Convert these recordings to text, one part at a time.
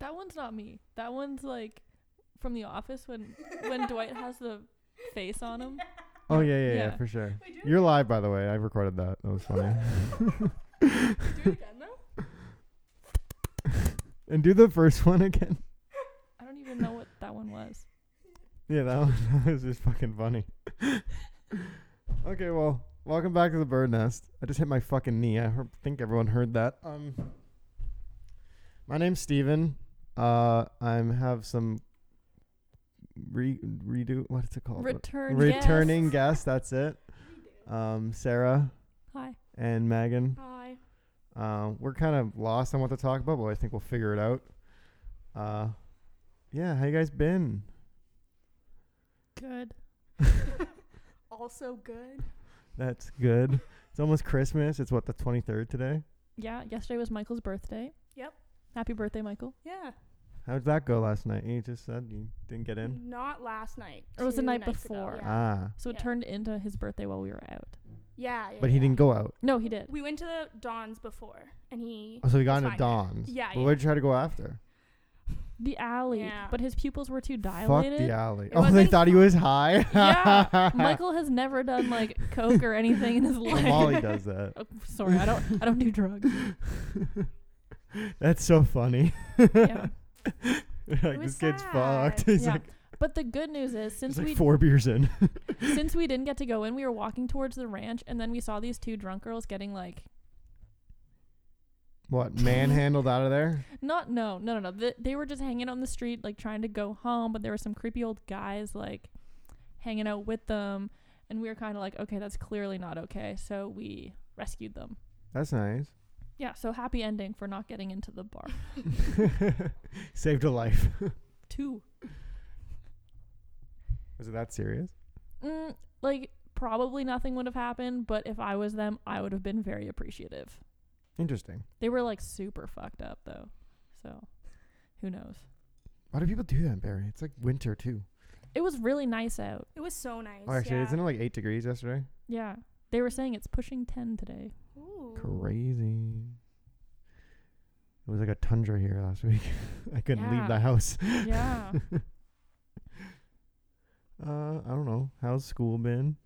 that one's not me. That one's like from The Office when when Dwight has the face on him. Oh yeah, yeah, yeah, Yeah. for sure. Wait, do it You're live, by the way. I recorded that. That was funny. Do it again though. and do the first one again. I don't even know what that one was. Yeah, that one that was just fucking funny. okay, well, welcome back to the bird nest. I just hit my fucking knee. I heard, think everyone heard that. Um, my name's Steven. Uh, I'm have some re redo. What's it called? Return. Returning guest. guest. That's it. Um, Sarah Hi. and Megan. Hi. Uh, we're kind of lost on what to talk about, but I think we'll figure it out. Uh, yeah, how you guys been? Good. also good. That's good. it's almost Christmas. It's what the 23rd today. Yeah. Yesterday was Michael's birthday. Yep. Happy birthday, Michael. Yeah. How'd that go last night? You just said you didn't get in. Not last night. Or was the two night nights ago, before. Yeah. Ah, So it Yeah. turned into his birthday while we were out. yeah, yeah. but he yeah. didn't go out. No, Oh, he did. We went to the Don's before, and he. Oh, so he got It's into fine. Dawn's. Yeah, But yeah. where'd you try to go after? The alley. Yeah. But his pupils were too Fuck dilated. the alley. It Oh, they wasn't thought he fun. was high. yeah. Michael has never done like coke or anything in his life. Molly does that. Oh, sorry, I don't. I don't do drugs. That's so funny. Yeah. like was this kid's sad. fucked. He's yeah. like, but the good news is since he's like we four beers in. since we didn't get to go in, we were walking towards the ranch, and then we saw these two drunk girls getting like What manhandled out of there? not no no no no. Th- they were just hanging on the street, like trying to go home, but there were some creepy old guys like hanging out with them, and we were kind of like, okay, that's clearly not okay. So we rescued them. That's nice. Yeah. So happy ending for not getting into the bar. Saved a life. two. Was it that serious? Mm, like probably nothing would have happened, but if I was them, I would have been very appreciative. Interesting. They were like super fucked up though. So who knows? Why do people do that, Barry? It's like winter too. It was really nice out. It was so nice. Oh, actually, yeah. isn't it like eight degrees yesterday? Yeah. They were saying it's pushing 10 today. Ooh. Crazy. It was like a tundra here last week. I couldn't leave Yeah. the house. Yeah. Uh, I don't know. How's school been?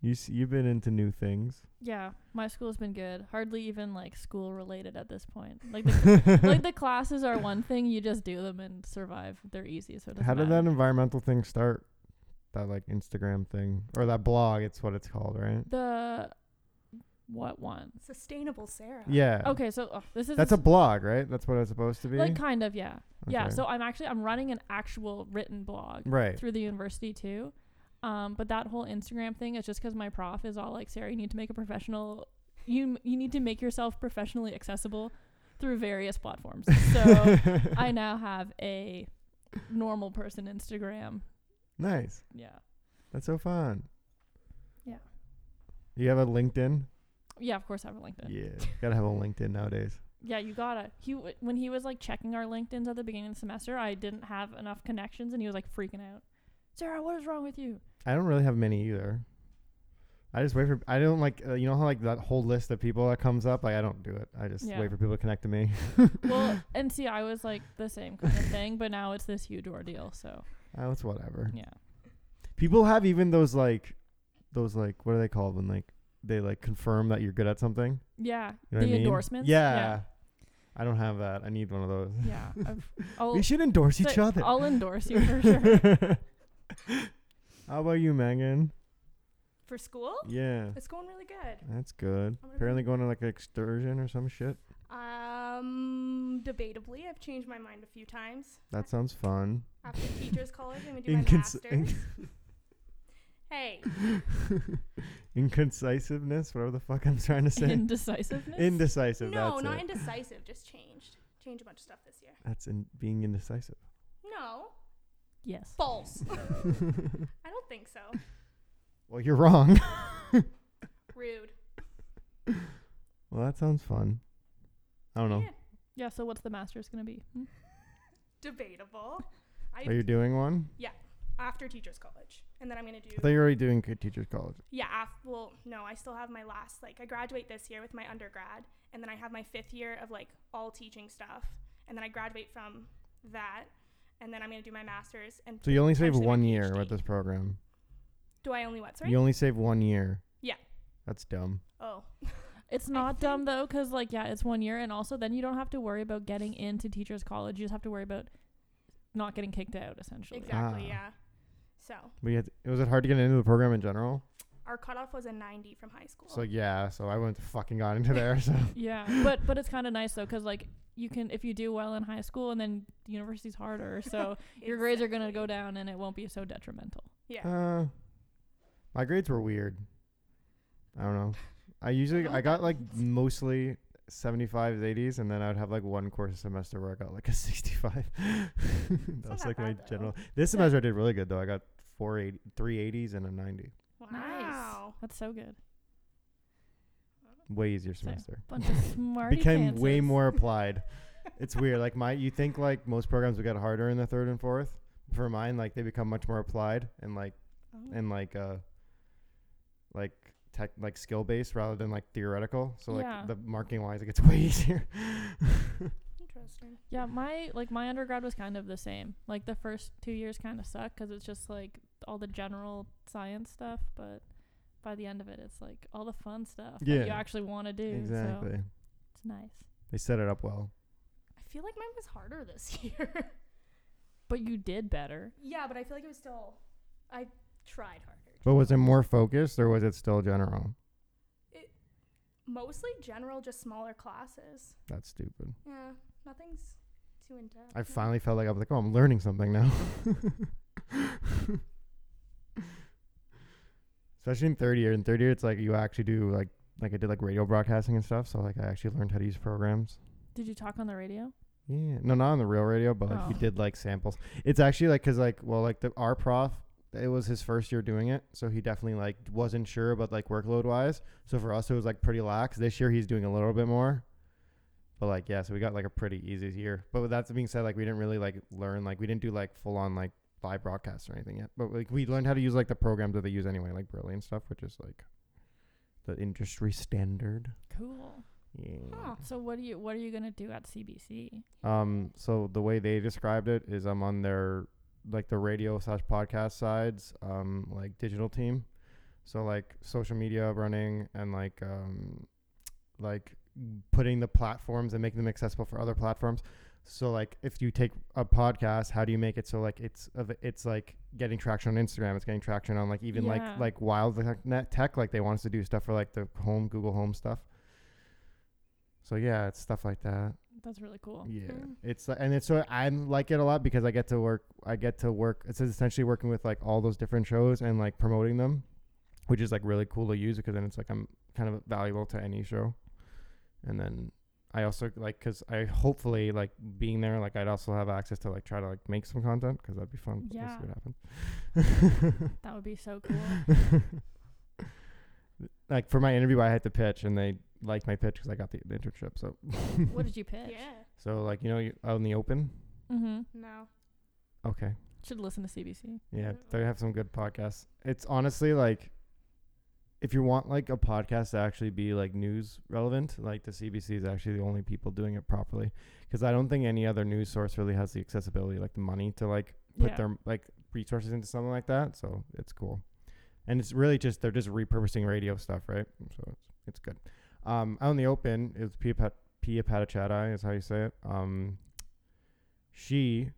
You s- you've been into new things. yeah. My school's been good. Hardly even like school related at this point. Like the, like the classes are one thing, you just do them and survive. They're easy, so it doesn't How did that matter. environmental thing start? That like Instagram thing or that blog? It's what it's called, right? The what one? Sustainable Sarah. Yeah. Okay, so oh, this is That's a blog, right? That's what it's supposed to be. like kind of, yeah. Yeah, Okay. so I'm actually I'm running an actual written blog right. through the university too. Um, but that whole Instagram thing is just because my prof is all like, Sarah, you need to make a professional. You you need to make yourself professionally accessible through various platforms. So I now have a normal person Instagram. nice. Yeah, That's so fun. Yeah. You have a LinkedIn? yeah. Of course, I have a LinkedIn. Yeah, Yeah. Gotta have a LinkedIn nowadays. you gotta. He w- when he was like checking our LinkedIn's at the beginning of the semester, I didn't have enough connections, and he was like freaking out. Sarah, what is wrong with you? I don't really have many either. I just wait for. I don't like. Uh, you know how like that whole list of people that comes up. Like I don't do it. I just Yeah. wait for people to connect to me. Well, and see, I was like the same kind of thing, but now it's this huge ordeal. So Oh, it's whatever. yeah. People have even those like, those like what are they called when like they like confirm that you're good at something. Yeah, You know the what I mean? endorsements. Yeah. I don't have that. I need one of those. yeah. yeah. I've- I'll, we should endorse each th- other. I'll endorse you for sure. How about you, Megan? For school, Yeah, it's going really good. that's good. I'm gonna- Apparently going to like an excursion or some shit. Um, debatably, I've changed my mind a few times. That sounds fun. After teachers' college, I'm gonna do my Incons- master's. in- hey, Inconcisiveness, whatever the fuck I'm trying to say. Indecisiveness. Indecisive. no, that's not it. indecisive. Just changed. Changed a bunch of stuff this year. that's in being indecisive. No, yes. false. I don't think so. Well, you're wrong. Rude. well, that sounds fun. I don't know. Yeah. Yeah. So what's the master's gonna be? Hmm? Debatable. I Are you doing one? after teachers' college, and then I'm gonna do. I thought you were already doing good teachers college. Yeah, af- well, no, I still have my last like I graduate this year with my undergrad, and then I have my fifth year of like all teaching stuff, and then I graduate from that, and then I'm gonna do my master's. And So you only save potentially my one year with PhD. this program. Do I only what? Sorry. You only save one year. Yeah. That's dumb. oh, It's I not dumb though, because like yeah, it's one year, and also then you don't have to worry about getting into teachers college. You just have to worry about not getting kicked out essentially. exactly. Ah. Yeah. So We had, was it hard to get into the program in general? our cutoff was a 90 from high school. So yeah, so I went fucking got into there. So Yeah, but but it's kind of nice though, because like you can if you do well in high school, and then the university's harder, so your grades are gonna go Exactly. down, and it won't be so detrimental. Yeah. uh, my grades were weird. I don't know. I usually Oh, I got like mostly 75s, 80s, and then I would have like one course a semester where I got like a 65. that was not like my bad, though. general. This semester I did really good though. I got four eight, three 80s and a 90. Wow. That's so good. Way easier So, semester. Bunch of smart. became way more applied. it's weird. Like my, you think like most programs would get harder in the third and fourth. For mine, like they become much more applied and like Oh. and like uh, like tech like skill based rather than like theoretical. So like Yeah. the marking wise, it gets way easier. Interesting. Yeah, my like my undergrad was kind of the same. Like the first two years kind of suck because it's just like all the general science stuff, but by the end of it, it's like all the fun stuff that you Yeah. actually want to do. exactly. So it's nice. They set it up well. I feel like mine was harder this year. But you did better. yeah, but I feel like it was still. I tried harder. But was it more focused or was it still general? Mostly general, just smaller classes. That's stupid. Yeah, nothing's too in depth. Mm. I finally felt like I was like, oh, I'm learning something now. Especially in third year. In third year, it's like you actually do like like I did like radio broadcasting and stuff. So like I actually learned how to use programs. Did you talk on the radio? Yeah, no, not on the real radio, but like we Oh. did like samples. It's actually like because like well like the our prof. It was his first year doing it, so he definitely like wasn't sure about like workload wise. So for us, it was like pretty lax. This year, he's doing a little bit more, but like yeah, so we got like a pretty easy year. But with that being said, like we didn't really like learn like we didn't do like full on like live broadcasts or anything yet. But like we learned how to use like the programs that they use anyway, like Brilliant and stuff, which is like the industry standard. Cool. Yeah. Huh. So what do you what are you gonna do at CBC? Um, so the way they described it is I'm on their like the radio slash podcast sides, um, like digital team. So like social media running and like um like putting the platforms and making them accessible for other platforms. So like if you take a podcast, how do you make it so like it's of it's like getting traction on Instagram, it's getting traction on like even Yeah. like like wild like net tech, like they want us to do stuff for like the home Google Home stuff. So yeah, it's stuff like that. That's really cool. Yeah, Mm. it's like, and it's so I like it a lot because I get to work. I get to work. It's essentially working with like all those different shows and like promoting them, which is like really cool to use because then it's like I'm kind of valuable to any show. And then I also like because I hopefully like being there. Like I'd also have access to like try to like make some content because that'd be fun. We'll Yeah. see what happens. That would be so cool. like for my interview, I had to pitch, and they liked my pitch because I got the, the internship. So what did you pitch? Yeah. so like you know you out in the open. Mm-hmm. No. Okay. Should listen to CBC. Yeah, Yeah. they have some good podcasts. It's honestly like if you want like a podcast to actually be like news relevant, like the CBC is actually the only people doing it properly cuz I don't think any other news source really has the accessibility like the money to like put yeah. their like resources into something like that. So, it's cool. And it's really just they're just repurposing radio stuff, right? So it's, it's good. Um out in the open, it's Pia Pat- Pia Padachadai is how you say it. Um she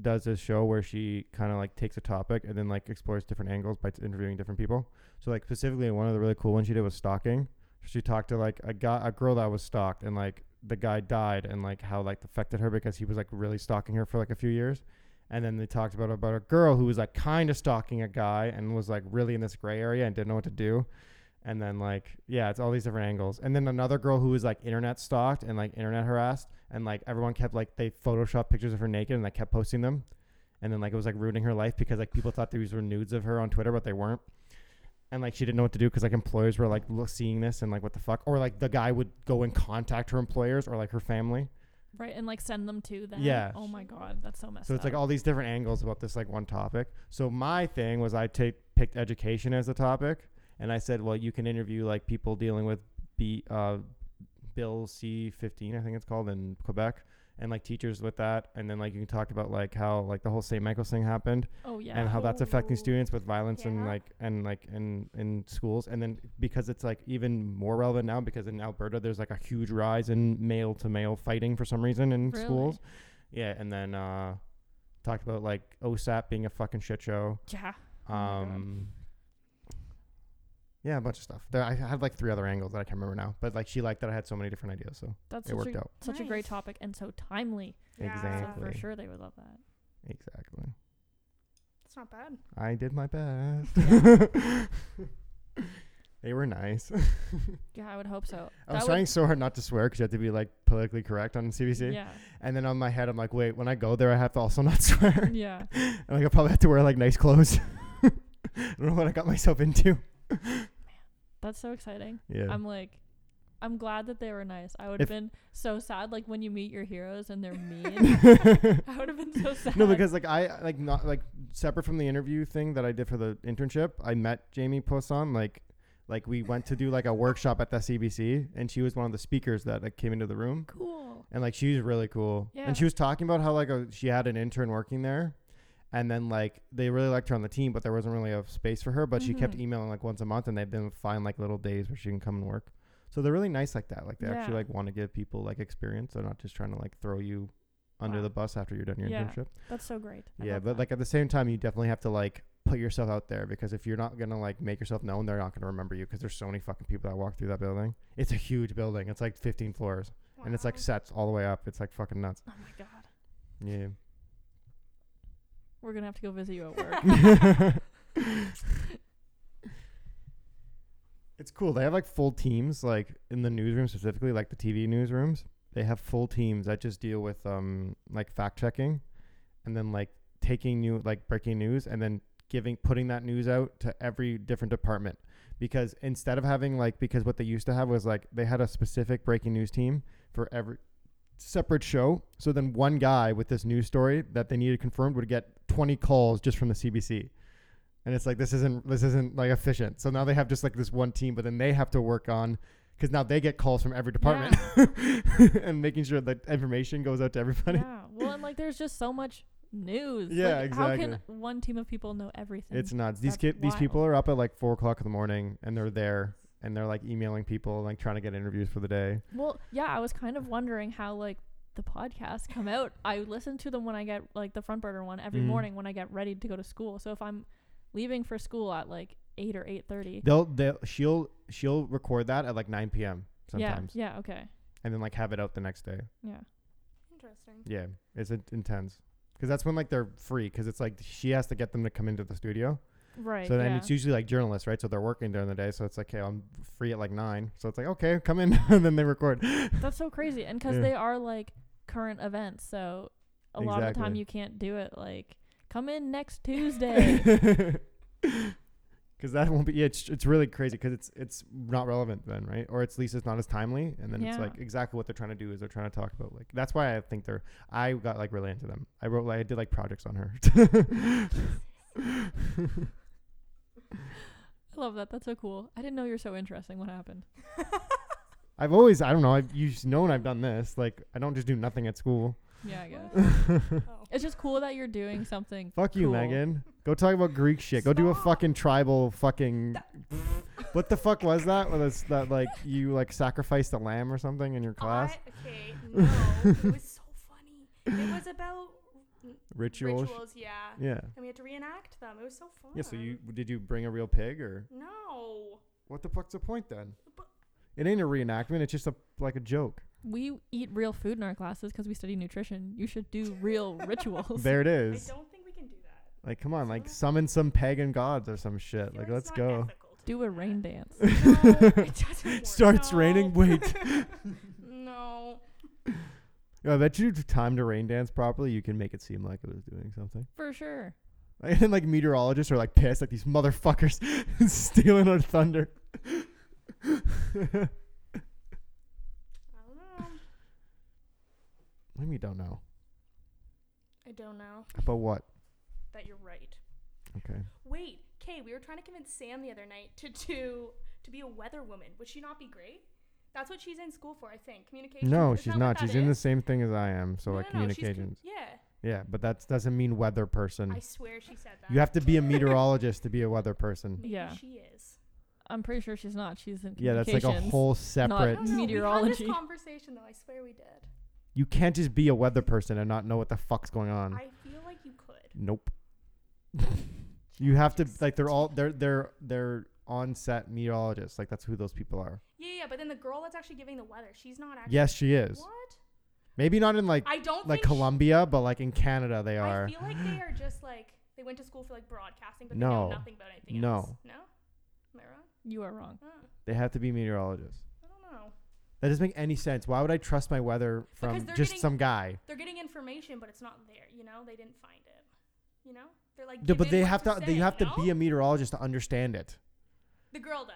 does this show where she kind of like takes a topic and then like explores different angles by t- interviewing different people. So like specifically one of the really cool ones she did was stalking. She talked to like a guy, a girl that was stalked, and like the guy died, and like how like affected her because he was like really stalking her for like a few years. And then they talked about about a girl who was like kind of stalking a guy and was like really in this gray area and didn't know what to do. And then like yeah, it's all these different angles. And then another girl who was like internet stalked and like internet harassed, and like everyone kept like they photoshopped pictures of her naked and like kept posting them. And then like it was like ruining her life because like people thought these were nudes of her on Twitter, but they weren't. And like she didn't know what to do because like employers were like lo- seeing this and like what the fuck, or like the guy would go and contact her employers or like her family. Right, and like send them to them. Yeah. Oh my god, that's so messed So it's like up. all these different angles about this like one topic. So my thing was I take picked education as a topic, and I said, well, you can interview like people dealing with B uh, Bill C fifteen, I think it's called in Quebec, and like teachers with that, and then like you can talk about like how like the whole St. Michael's thing happened Oh yeah. and how that's affecting Ooh. students with violence and Yeah. like and like in in schools and then because it's like even more relevant now because in Alberta there's like a huge rise in male to male fighting for some reason in Really? schools yeah and then uh talked about like OSAP being a fucking shit show yeah. Oh my God. um yeah a bunch of stuff there, I had like three other angles that I can't remember now but like she liked that I had so many different ideas so That's it such worked a, out such a great Nice. topic and so timely. Yeah. So for Exactly. sure they would love that. exactly It's not bad. I did my best they were nice Yeah, I would hope so. I was That would- trying so hard not to swear because you have to be like politically correct on CBC. Yeah. And then on my head, I'm like, wait, when I go there, I have to also not swear. Yeah. and like, I probably have to wear like nice clothes. I don't know what I got myself into. That's so exciting. Yeah. I'm like I'm glad that they were nice. I would If- have been so sad like when you meet your heroes and they're mean. I would have been so sad. no, because like I like not like separate from the interview thing that I did for the internship, I met Jamie Poisson. Like, like we went to do like a workshop at the CBC, and she was one of the speakers that like, came into the room. cool. and like she was really cool. Yeah. And she was talking about how like a, she had an intern working there, and then like they really liked her on the team, but there wasn't really a space for her. But she kept Mhm. emailing like once a month, and they've been find like little days where she can come and work. So they're really nice like that. Like they actually Yeah. like want to give people like experience. They're not just trying to like throw you under Wow. the bus after you're done your Yeah. internship. That's so great. I yeah, love but that. like at the same time, you definitely have to like put yourself out there because if you're not gonna like make yourself known, they're not gonna remember you because there's so many fucking people that walk through that building. It's a huge building. It's like 15 floors and it's like Wow. sets all the way up. It's like fucking nuts. Oh my god. Yeah. We're gonna have to go visit you at work. it's cool. They have like full teams, like in the newsroom specifically, like the TV newsrooms. They have full teams that just deal with um like fact checking, and then like taking new like breaking news and then giving putting that news out to every different department because instead of having like because what they used to have was like they had a specific breaking news team for every separate show so then one guy with this news story that they needed confirmed would get 20 calls just from the CBC and it's like this isn't this isn't like efficient so now they have just like this one team but then they have to work on because now they get calls from every department and making sure that information goes out to everybody yeah. Well, and like there's just so much news. Yeah, Like, How exactly. can one team of people know everything? It's nuts. These That's kid, these people wild. are up at like four o'clock in the morning, and they're there, and they're like emailing people, like trying to get interviews for the day. Well, yeah, I was kind of wondering how like the podcasts come out. I listen to them when I get like the front burner one every Mm. morning when I get ready to go to school. So if I'm leaving for school at like eight or eight thirty. They'll, they'll, she'll, she'll record that at like nine p.m. Yeah. sometimes, Yeah, okay. and then like have it out the next day. Yeah. Interesting. Yeah, it's in- intense. Because that's when like they're free. Because it's like she has to get them to come into the studio. Right. so then yeah. it's usually like journalists, right? So they're working during the day. So it's like, hey, I'm free at like nine. So it's like, okay, come in, and then they record. That's so crazy. And 'cause Yeah. they are like current events, so a lot of the time Exactly. you can't do it like come in next Tuesday. Because that won't be. Yeah, it's it's really crazy because it's it's not relevant then, right? Or it's at least it's not as timely, and then it's Yeah. like exactly what they're trying to do is they're trying to talk about like that's why I think they're. I got like really into them. I wrote like I did like projects on her. I love that. That's so cool. I didn't know you were so interesting. What happened? I've always I don't know. I've you've known I've done this. Like I don't just do nothing at school. Yeah, I guess. Oh. It's just cool that you're doing something. Fuck you, cool. Megan. Go talk about Greek shit. Go do a Stop. fucking tribal fucking. what the fuck was that? Was that like you like sacrificed a lamb or something in your class? Oh. I- okay, no. it was so funny. It was about Ritual. rituals, sh- yeah. Yeah. And we had to reenact them. It was so fun. Yeah. So you did you bring a real pig or No. what the fuck's the point then? But- It ain't a reenactment. It's just a like a joke. We eat real food in our classes 'cause we study nutrition. You should do real rituals. There it I is. don't think we can do that. Like come on, like It's summon some pagan gods or some I shit. feel Like it's let's not go. ethical to Do a rain dance. that. No, it doesn't work. Starts No. raining. Wait. No. I bet you time to rain dance properly. You can make it seem like it was doing something. For sure. And like meteorologists are like pissed, like these motherfuckers stealing our thunder. I don't know. What do you mean you don't know I don't know about what? that you're right. Okay. Wait, Kay, we were trying to convince Sam the other night to do to be a weather woman. Would she not be great? That's what she's in school for, I think. Communication. No, Isn't she's that what not. that She's in the is? same thing as I am. So No, like no, no, she's com- communications. yeah. yeah, but that doesn't mean weather person. I swear she said that. You have to be a meteorologist to be a weather person. Maybe Yeah. She is. I'm pretty sure she's not. She's in Yeah, that's like a communications. whole I separate. don't know, We Meteorology. had this conversation though. I swear we did. You can't just be a weather person and not know what the fuck's going on. I feel like you could. nope. you have to Just- like they're all they're they're they're on set meteorologists. Like that's who those people are. Yeah, yeah, but then the girl that's actually giving the weather, she's not actually. Yes, she is. What? Maybe not in like I don't like think she- Colombia, but like in Canada they are. I feel like they are just like they went to school for like broadcasting, but they No. know nothing about anything No. else. No. Am I wrong? You are wrong. Huh. They have to be meteorologists. I don't know. That doesn't make any sense. Why would I trust my weather Because from they're just getting- some guy? They're getting information, but it's not there. You know, they didn't find it. You know, they're like. No, but given they what have to. say, They have to no? be a meteorologist to understand it. The girl does.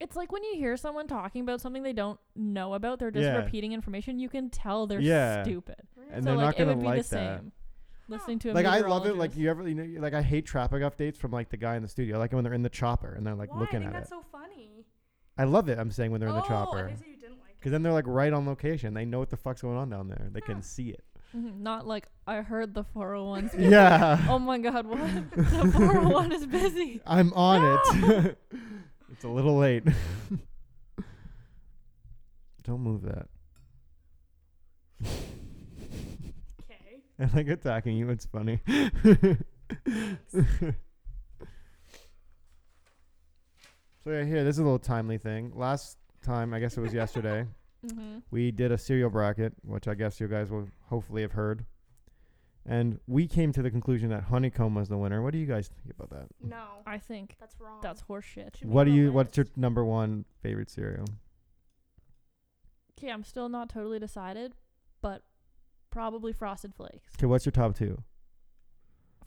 It's like when you hear someone talking about something they don't know about, they're just Yeah. repeating information. You can tell they're Yeah. stupid. And so they're like, not gonna it would be like the that. same. Listening to a like I love it. Like meteorologist. you ever, you know, like I hate traffic updates from like the guy in the studio. I like it when they're in the chopper and they're like Why? I looking think at it. that's so funny. I love it. I'm saying when they're in oh, the chopper I said you didn't like because then they're like right on location. They know what the fuck's going on down there. They Huh. can see it. Mhm, not like I heard the 401's busy. yeah, Oh my god, what? The 401 is busy. I'm on it. it's a little late. Don't move that. it. Okay. I like attacking you. It's funny. so yeah, here this is a little timely thing. Last time, I guess it was yesterday, Mm-hmm. we did a cereal bracket, which I guess you guys will hopefully have heard. And we came to the conclusion that honeycomb was the winner. What do you guys think about that? No, I think that's wrong. that's horseshit. Should we What do have a you? What's your list? number one favorite cereal? Okay, I'm still not totally decided, but probably Frosted Flakes. Okay, what's your top two?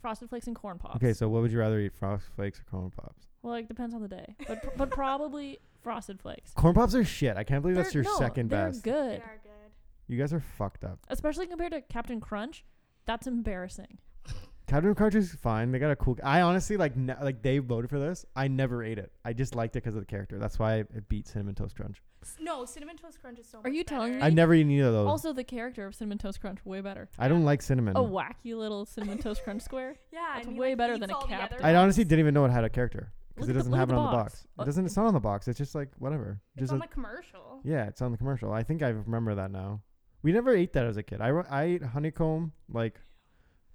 Frosted Flakes and Corn Pops. Okay, so what would you rather eat, Frosted Flakes or Corn Pops? Well, like depends on the day, but pr- but probably Frosted Flakes. Corn Pops are shit. I can't believe that's They're- your no, second they're best. good. They are good. You guys are fucked up. especially compared to Captain Crunch. That's embarrassing. Captain Crunch is fine. They got a cool. I honestly like ne- like they voted for this. I never ate it. I just liked it because of the character. That's why it beat Cinnamon Toast Crunch. S- No, cinnamon toast crunch is so. Are you telling I me- never eat either of those. Also, Oh, the character of Cinnamon Toast Crunch way better. I don't like cinnamon. A wacky little Cinnamon Toast Crunch square. Yeah, That's and he, way like, better eats than a all the cap. other I honestly ones. didn't even know it had a character Look because it at the- doesn't look have at it the on the box. box. It Look- doesn't. It's not on the box. It's just like whatever. It's Just on a- the commercial. yeah, it's on the commercial. I think I remember that now. We never ate that as a kid. I ro- I ate honeycomb like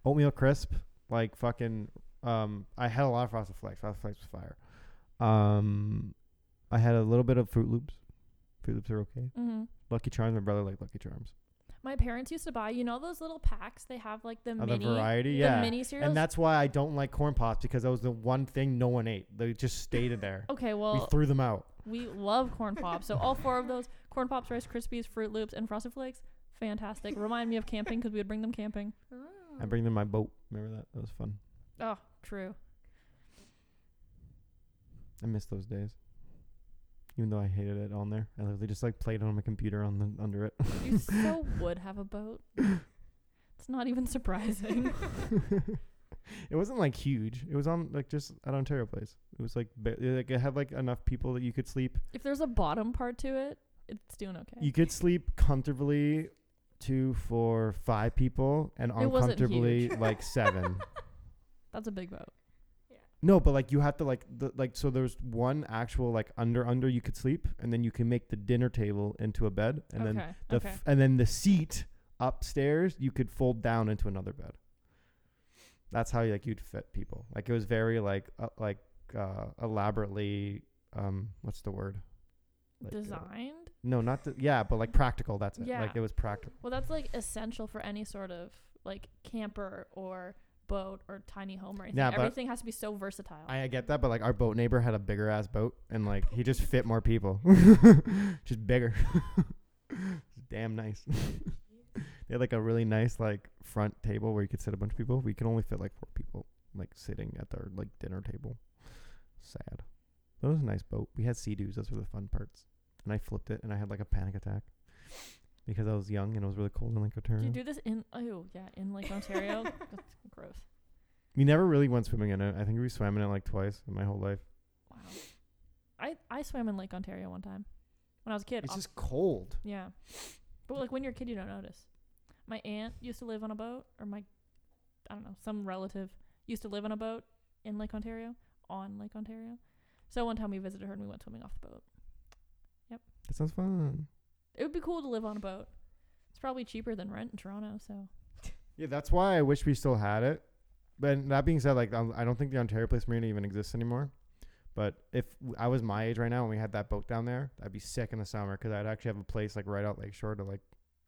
oatmeal crisp like fucking. Um, I had a lot of frosted flakes. Frosted flakes was fire. Um, I had a little bit of Fruit Loops. Fruit Loops are okay. Mm-hmm. Lucky Charms. My brother liked Lucky Charms. My parents used to buy, you know, those little packs they have like the Oh, mini, the variety, the yeah. mini cereals. and that's why I don't like corn pops because that was the one thing no one ate. They just stayed in there. okay. we Oh, Well, threw them out. we love corn pops, so all four of those corn pops, Rice Krispies, Fruit Loops, and Frosted Flakes. Fantastic. Remind me of camping because we would bring them camping. I Oh. bring them my boat. Remember that? That was fun. Oh, true. I miss those days. Even though I hated it on there, I literally just like played on my computer on the under it. You so would have a boat. It's not even surprising. it wasn't like huge. It was on like just at Ontario Place. It was like ba- it, like it had like enough people that you could sleep. if there's a bottom part to it, it's doing okay. You could sleep comfortably two, four, five people, and It wasn't Oh. uncomfortably like seven. That's a big boat. No, but like you have to like the, like so there's one actual like under under you could sleep and then you can make the dinner table into a bed and okay. then the okay. f- and then the seat upstairs you could fold down into another bed. That's how like you'd fit people. Like it was very like uh, like uh, elaborately um what's the word? Like, uh, Designed. no, not the, yeah, but like practical. That's it. Yeah. Like it was practical. Well, that's like essential for any sort of like camper or boat or tiny home or anything. Yeah, but- Everything has to be so versatile. I, I get that, but like our boat neighbor had a bigger ass boat, and like he just fit more people, just bigger. Damn nice. they had like a really nice like front table where you could sit a bunch of people. We could only fit like four people like sitting at their like dinner table. Sad. That was a nice boat. We had sea doos. Those were the fun parts. And I flipped it, and I had like a panic attack because I was young and it was really cold in like do you Ontario. do this in oh yeah in like Ontario? That's gross. We never really went swimming in it. I think we swam in it like twice in my whole life. Wow. I I swam in Lake Ontario one time. when I was a kid. It's off- just cold. yeah. But like when you're a kid, you don't notice. My aunt used to live on a boat, or my, I don't know, some relative used to live on a boat in Lake Ontario, on Lake Ontario. So one time we visited her and we went swimming off the boat. That sounds fun. It would be cool to live on a boat. It's probably cheaper than rent in Toronto, so Yeah, that's why I wish we still had it. But that being said, like um, I don't think the Ontario Place Marina even exists anymore. But if w- I was my age right now and we had that boat down there, I'd be sick in the summer because I'd actually have a place like right out Lakeshore to like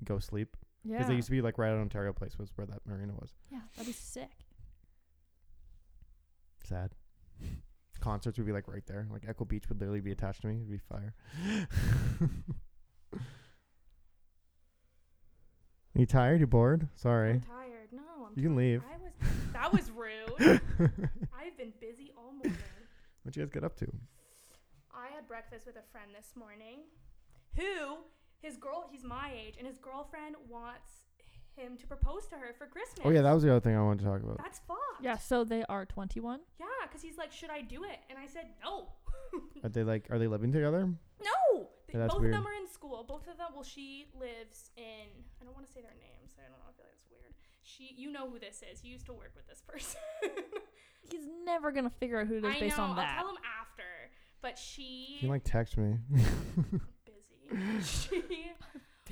go sleep. yeah, Because they used to be like right out Ontario Place was where that marina was. yeah, that'd be sick. Sad. Concerts would be like right there. Like Echo Beach would literally be attached to me. It'd be fire. you tired? You bored? Sorry. I'm tired. No, I'm You can leave. I was that was rude. I've been busy all morning. What'd you guys get up to? I had breakfast with a friend this morning who his girl he's my age and his girlfriend wants him to propose to her for Christmas. Oh yeah, that was the other thing I wanted to talk about. That's fucked. Yeah, so they are 21. Yeah, cuz he's like, "Should I do it?" And I said, "No." Are they like are they living together? no. Th- Yeah, that's Both weird. of them are in school. Both of them, well she lives in I don't want to say their names. I don't know, I feel like it's weird. She you know who this is. You used to work with this person. He's never gonna figure out who it is I based know. on that. I'll tell him after. But she You can like text me. busy. she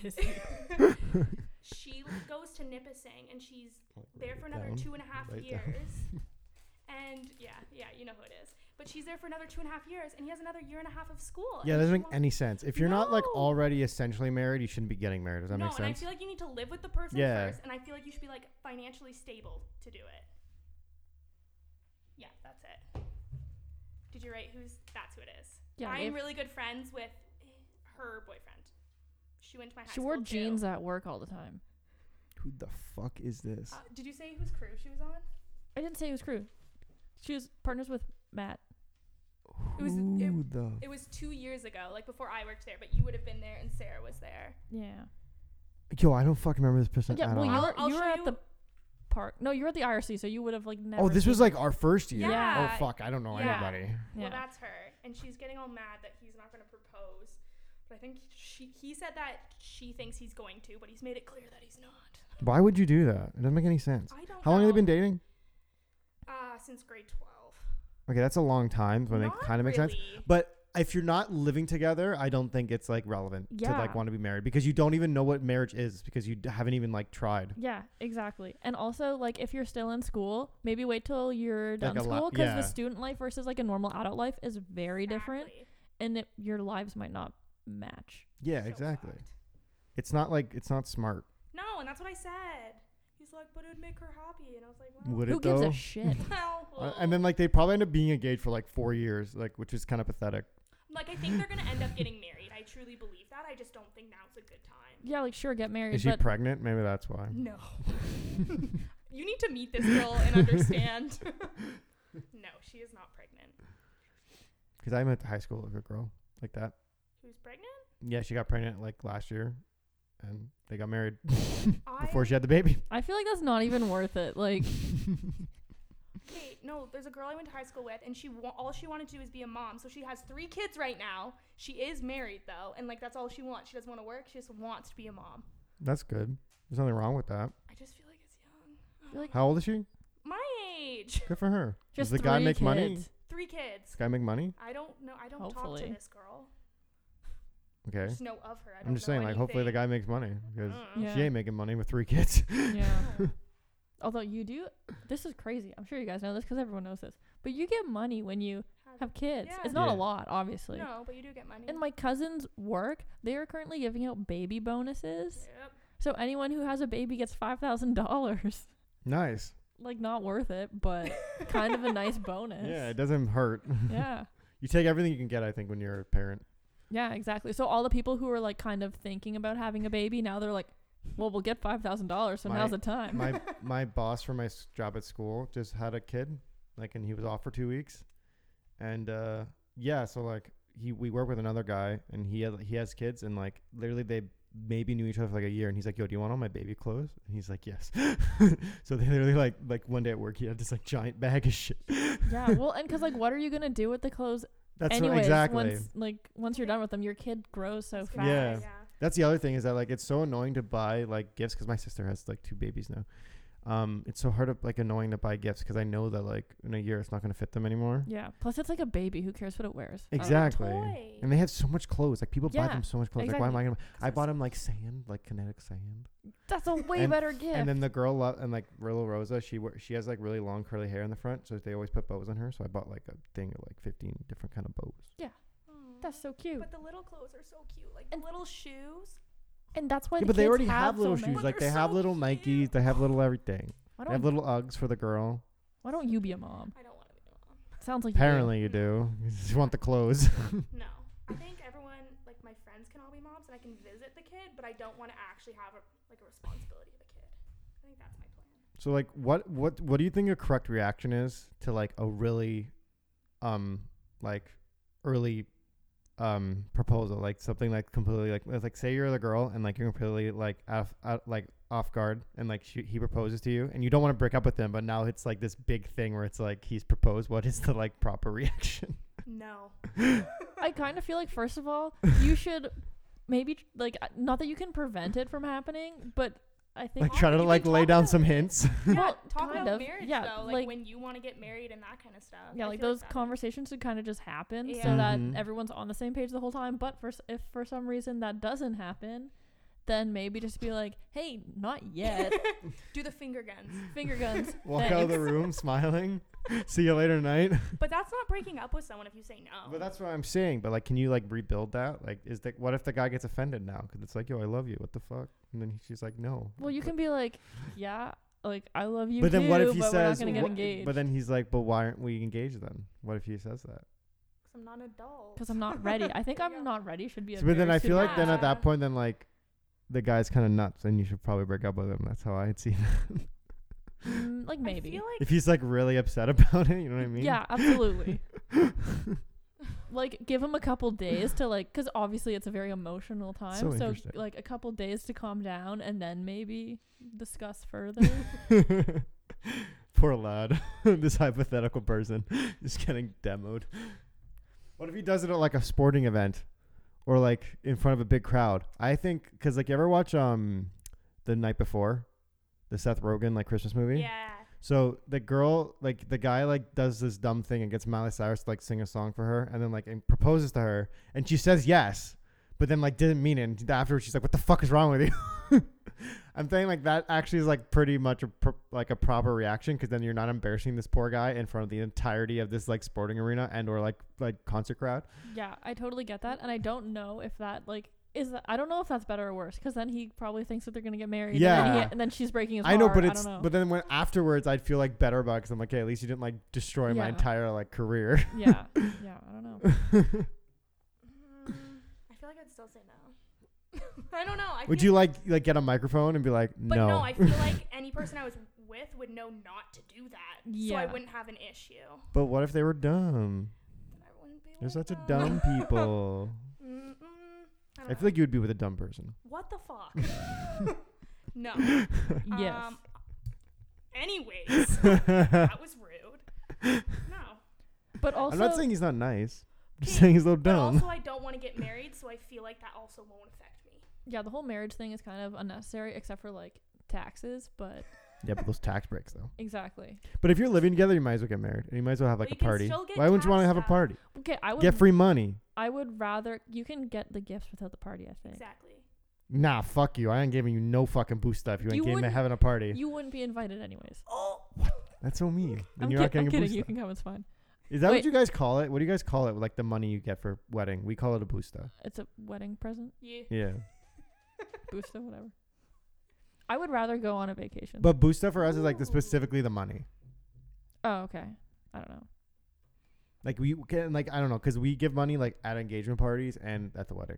Busy. she goes to Nipissing and she's there Write for it another down. two and a half Write it years. down. and yeah, yeah, you know who it is. But she's there for another two and a half years, and he has another year and a half of Yeah, that school. and she doesn't make wants- any sense. If you're not like No. already essentially married, you shouldn't be getting married. Does that no, make and I sense? feel like you need to live with the person Yeah. first, and I feel like you should be like financially stable to do it. Yeah, that's it. Did you write who's? That's who it is. Yeah, I'm if- really good friends with her boyfriend. She went to my high she school. wore too. jeans at work all the time. Who the fuck is this? Uh, did you say whose crew she was on? I didn't say it was crew. She was partners with Matt. it was- it- Who the It was two years ago, like before I worked there, but you would have been there and Sarah was there. Yeah. Yo, I don't fucking remember this person Yeah. at Well, you all. were, I'll you were show at you- the park. No, you were at the IRC, so you would have like never. Oh, this was seen- like our first year. Yeah. Oh fuck, I don't know Yeah. anybody. Yeah. Well, that's her, and she's getting all mad that he's not going to propose. But I think she he said that she thinks he's going to, but he's made it clear that he's not. Why would you do that? It doesn't make any sense. I don't. How long have they been know. dating? Uh, since grade twelve. Okay, that's a long time, so it Not kind of makes sense. really. But if you're not living together, I don't think it's like relevant to Yeah. like want to be married because you don't even know what marriage is because you d- haven't even like tried. Yeah, exactly. And also, like, if you're still in school, maybe wait till you're done a school lo- 'cause school because yeah. the student life versus like a normal adult life is very different, Exactly. and it, your lives might not match. Yeah, So exactly. fucked. It's not like it's not smart. No, and that's what I said. He's like, but it would make her happy, and I was like, well, Would Who it though? gives a shit? well, Uh, and then like they probably end up being engaged for like four years, like which is kind of pathetic. like I think they're gonna end up getting married. I truly believe that. I just don't think now's a good time. yeah, like sure, get married, Is she but Mm. pregnant? Maybe that's why. No. you need to meet this girl and understand. no, she is not pregnant. Because I met the high school with a girl like that. Who's pregnant? Yeah, she got pregnant like last year, and they got married I before she had the baby. I feel like that's not even worth it. Like, Okay, no, there's a girl I went to high school with, and she wa- all she wanted to do is be a mom. So she has three kids right now. She is married though, and like that's all she wants. She doesn't want to work. She just wants to be a mom. That's good. There's nothing wrong with that. I just feel like it's young. You're like- How old is she? My age. Good for her. just Does the guy three make money? kids. Does Three kids. the guy make money? I don't know. I don't talk Hopefully. to this girl. I Okay. just know of her. I don't I'm just know saying, like, hopefully the anything. guy makes money because Mm. Yeah. she ain't making money with three kids. Yeah. Although you do, this is crazy. I'm sure you guys know this because everyone knows this. But you get money when you have kids. Yeah. It's not Yeah. a lot, obviously. No, but you do get money. And my cousin's work, they are currently giving out baby bonuses. Yep. So anyone who has a baby gets five thousand dollars. nice. Like not worth it, but kind of a nice bonus. Yeah, it doesn't hurt. yeah. You take everything you can get, I think, when you're a parent. Yeah, exactly. So all the people who are like kind of thinking about having a baby now they're like, Well, we'll get five thousand dollars, so My- now's the time. My my boss for my s- job at school just had a kid, like, and he was off for two weeks, and uh, yeah, so like he we work with another guy, and he has, he has kids, and like literally they maybe knew each other for like a year, and he's like, "Yo, do you want all my baby clothes?" And he's like, "Yes." so they literally like like one day at work, he had this like giant bag of shit. yeah. Well and 'cause like what are you gonna do with the clothes That's what- Anyways, exactly. once like once you're done with them, your kid grows so It's fast. gonna Yeah. die, That's the other thing is that like it's so annoying to buy like gifts because my sister has like two babies now. Um, it's so hard to like annoying to buy gifts because I know that like in a year it's not gonna fit them anymore. Yeah. Plus, it's like a baby. Who cares what it wears? a Exactly. toy. And they have so much clothes. Like people buy Yeah, them so much clothes. Like why am I gonna? I it's- bought them like sand, like kinetic sand. That's a way And- better gift. And then the girl lo- and like Rilla Rosa, she wear- she has like really long curly hair in the front, so they always put bows on her. So I bought like a thing of like fifteen different kind of bows. Aw. that's so cute. But the little clothes are so cute, like the And- little shoes. And that's why Yeah, the but they kids already have, have, so little many- shoes. But Like they they're have so little Nikes. cute. They have little everything. Why They have don't, little Uggs for the girl. why don't you be a mom? I don't want to be a mom. Sounds like you do. Apparently you do. You want the clothes. No. I think everyone, like my friends, can all be moms, and I can visit the kid, but I don't want to actually have a, like a responsibility of a kid. I think that's my plan. So like what what what do you think a correct reaction is to like a really um like early um proposal like something like completely like it's like say you're the girl and like you're completely like off out, like off guard and like she, he proposes to you and you don't want to break up with him but now it's like this big thing where it's like he's proposed what is the like proper reaction No. I kind of feel like first of all, you should maybe tr- like uh, not that you can prevent it from happening, but I think like try to you can like lay talk down about some it. hints Yeah, Well, talk kind about of. marriage Yeah, though, like, like- when you want to get married and that kind of stuff. yeah, I like feel those that- conversations should kind of just happen so Yeah. that Mhm. everyone's on the same page the whole time. But for s- if for some reason that doesn't happen, then maybe just be like, "Hey, not yet." Do the finger guns. Finger guns. walk out of the room smiling see you later night But that's not breaking up with someone if you say no. But that's what I'm saying. But like, can you like rebuild that? Like, is that what if the guy gets offended now? Because it's like, yo, I love you. What the fuck? And then he- she's like, no. Well, you But- can be like, "Yeah, like I love you But then what too, if he but says? we're not gonna what- get engaged." But then he's like, but why aren't we engaged then? What if he says that? 'Cause I'm not an adult. because I'm not ready. I think Yeah. I'm not ready should be. A So, but then very I feel soon like then at Yeah. that point, then like, the guy's kind of nuts, and you should probably break up with him. That's how I'd see. That. Mm, like I maybe. feel like If he's like really upset about it, you know what I mean? Yeah, absolutely. like give him a couple days to like cuz obviously it's a very emotional So time. So, interesting. like a couple days to calm down and then maybe discuss further. Poor lad. this hypothetical person is getting demoed. What if he does it at like a sporting event or like in front of a big crowd? I think because like you ever watch um the night before, the Seth Rogen like Christmas movie. yeah. So the girl like the guy like does this dumb thing and gets Miley Cyrus to like sing a song for her and then like and proposes to her and she says yes, but then like didn't mean it. And afterwards she's like, "What the fuck is wrong with you?" I'm saying like that actually is like pretty much a pro- like a proper reaction because then you're not embarrassing this poor guy in front of the entirety of this like sporting arena and or like like concert crowd. yeah, I totally get that and I don't know if that like is that, I don't know if that's better or worse cuz then he probably thinks that they're going to get married and, then Yeah. he, and then she's breaking his I know, heart. but it's I don't know. but then when afterwards I'd feel like better about because I'm like, hey, at least you didn't like destroy my Yeah. entire like career. yeah. Yeah, I don't know. Mm, I feel like I'd still say no. I don't know. I Would feel- you like like get a microphone and be like, But no. I feel like any person I was with would know not to do that, so I Yeah. wouldn't have an issue. But what if they were dumb? Then I wouldn't be You're with such a dumb them. people. Mm-mm. I, don't I know. feel like you would be with a dumb person. what the fuck? no. yes. Um, anyways, that was rude. No. but also I'm not saying he's not nice. I'm just Okay, saying he's a little But dumb. also, I don't want to get married, so I feel like that also won't affect me. yeah, the whole marriage thing is kind of unnecessary except for like taxes, but yeah, but those tax breaks though. exactly. But if you're living together, you might as well get married, and you might as well have like But you a can party. still get Why wouldn't you want to taxed have a at- party? Okay, I would Get free money. I would rather you can get the gifts without the party. I think Exactly. Nah, fuck you. I ain't giving you no fucking boost stuff. You ain't You giving me wouldn't- having a party. you wouldn't be invited anyways. Oh, That's so mean. Then I'm, you're kid- not getting I'm a kidding. boost. You stuff. can come. It's fine. Is that what Wait. you guys call it? What do you guys call it? Like the money you get for wedding? We call it a boosta. It's a wedding present, you. Yeah. booster, whatever. I would rather go on a vacation. But boosta for us is like the Ooh. specifically the money. oh, okay. I don't know. Like we can like I don't know because we give money like at engagement parties and at the wedding.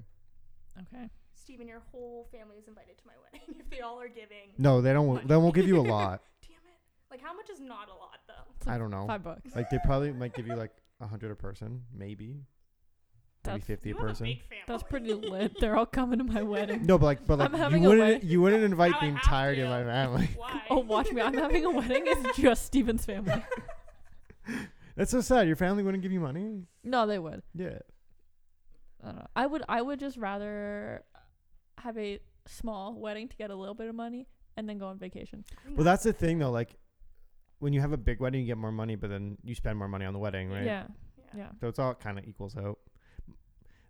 Okay. Steven, your whole family is invited to my wedding if they all are giving. No, they don't. Money. They won't give you a lot. Damn it. Like, how much is not a lot, though? It's I like don't know. Five bucks. Like they probably might give you like a hundred a person, maybe, maybe That's- fifty a you have a person. big family. That's pretty lit. They're all coming to my wedding. No, but like, but I'm like you having a wouldn't wedding. you wouldn't invite Now the I have entirety of to. my family. Why? Oh, watch me. I'm having a wedding. It's just Steven's family. That's so sad. Your family wouldn't give you money. No, they would. Yeah. I don't know. I would I would just rather have a small wedding to get a little bit of money and then go on vacation. Well, that's the thing though. Like, when you have a big wedding, you get more money, but then you spend more money on the wedding, right? Yeah. yeah. Yeah. So it's all kind of equals out.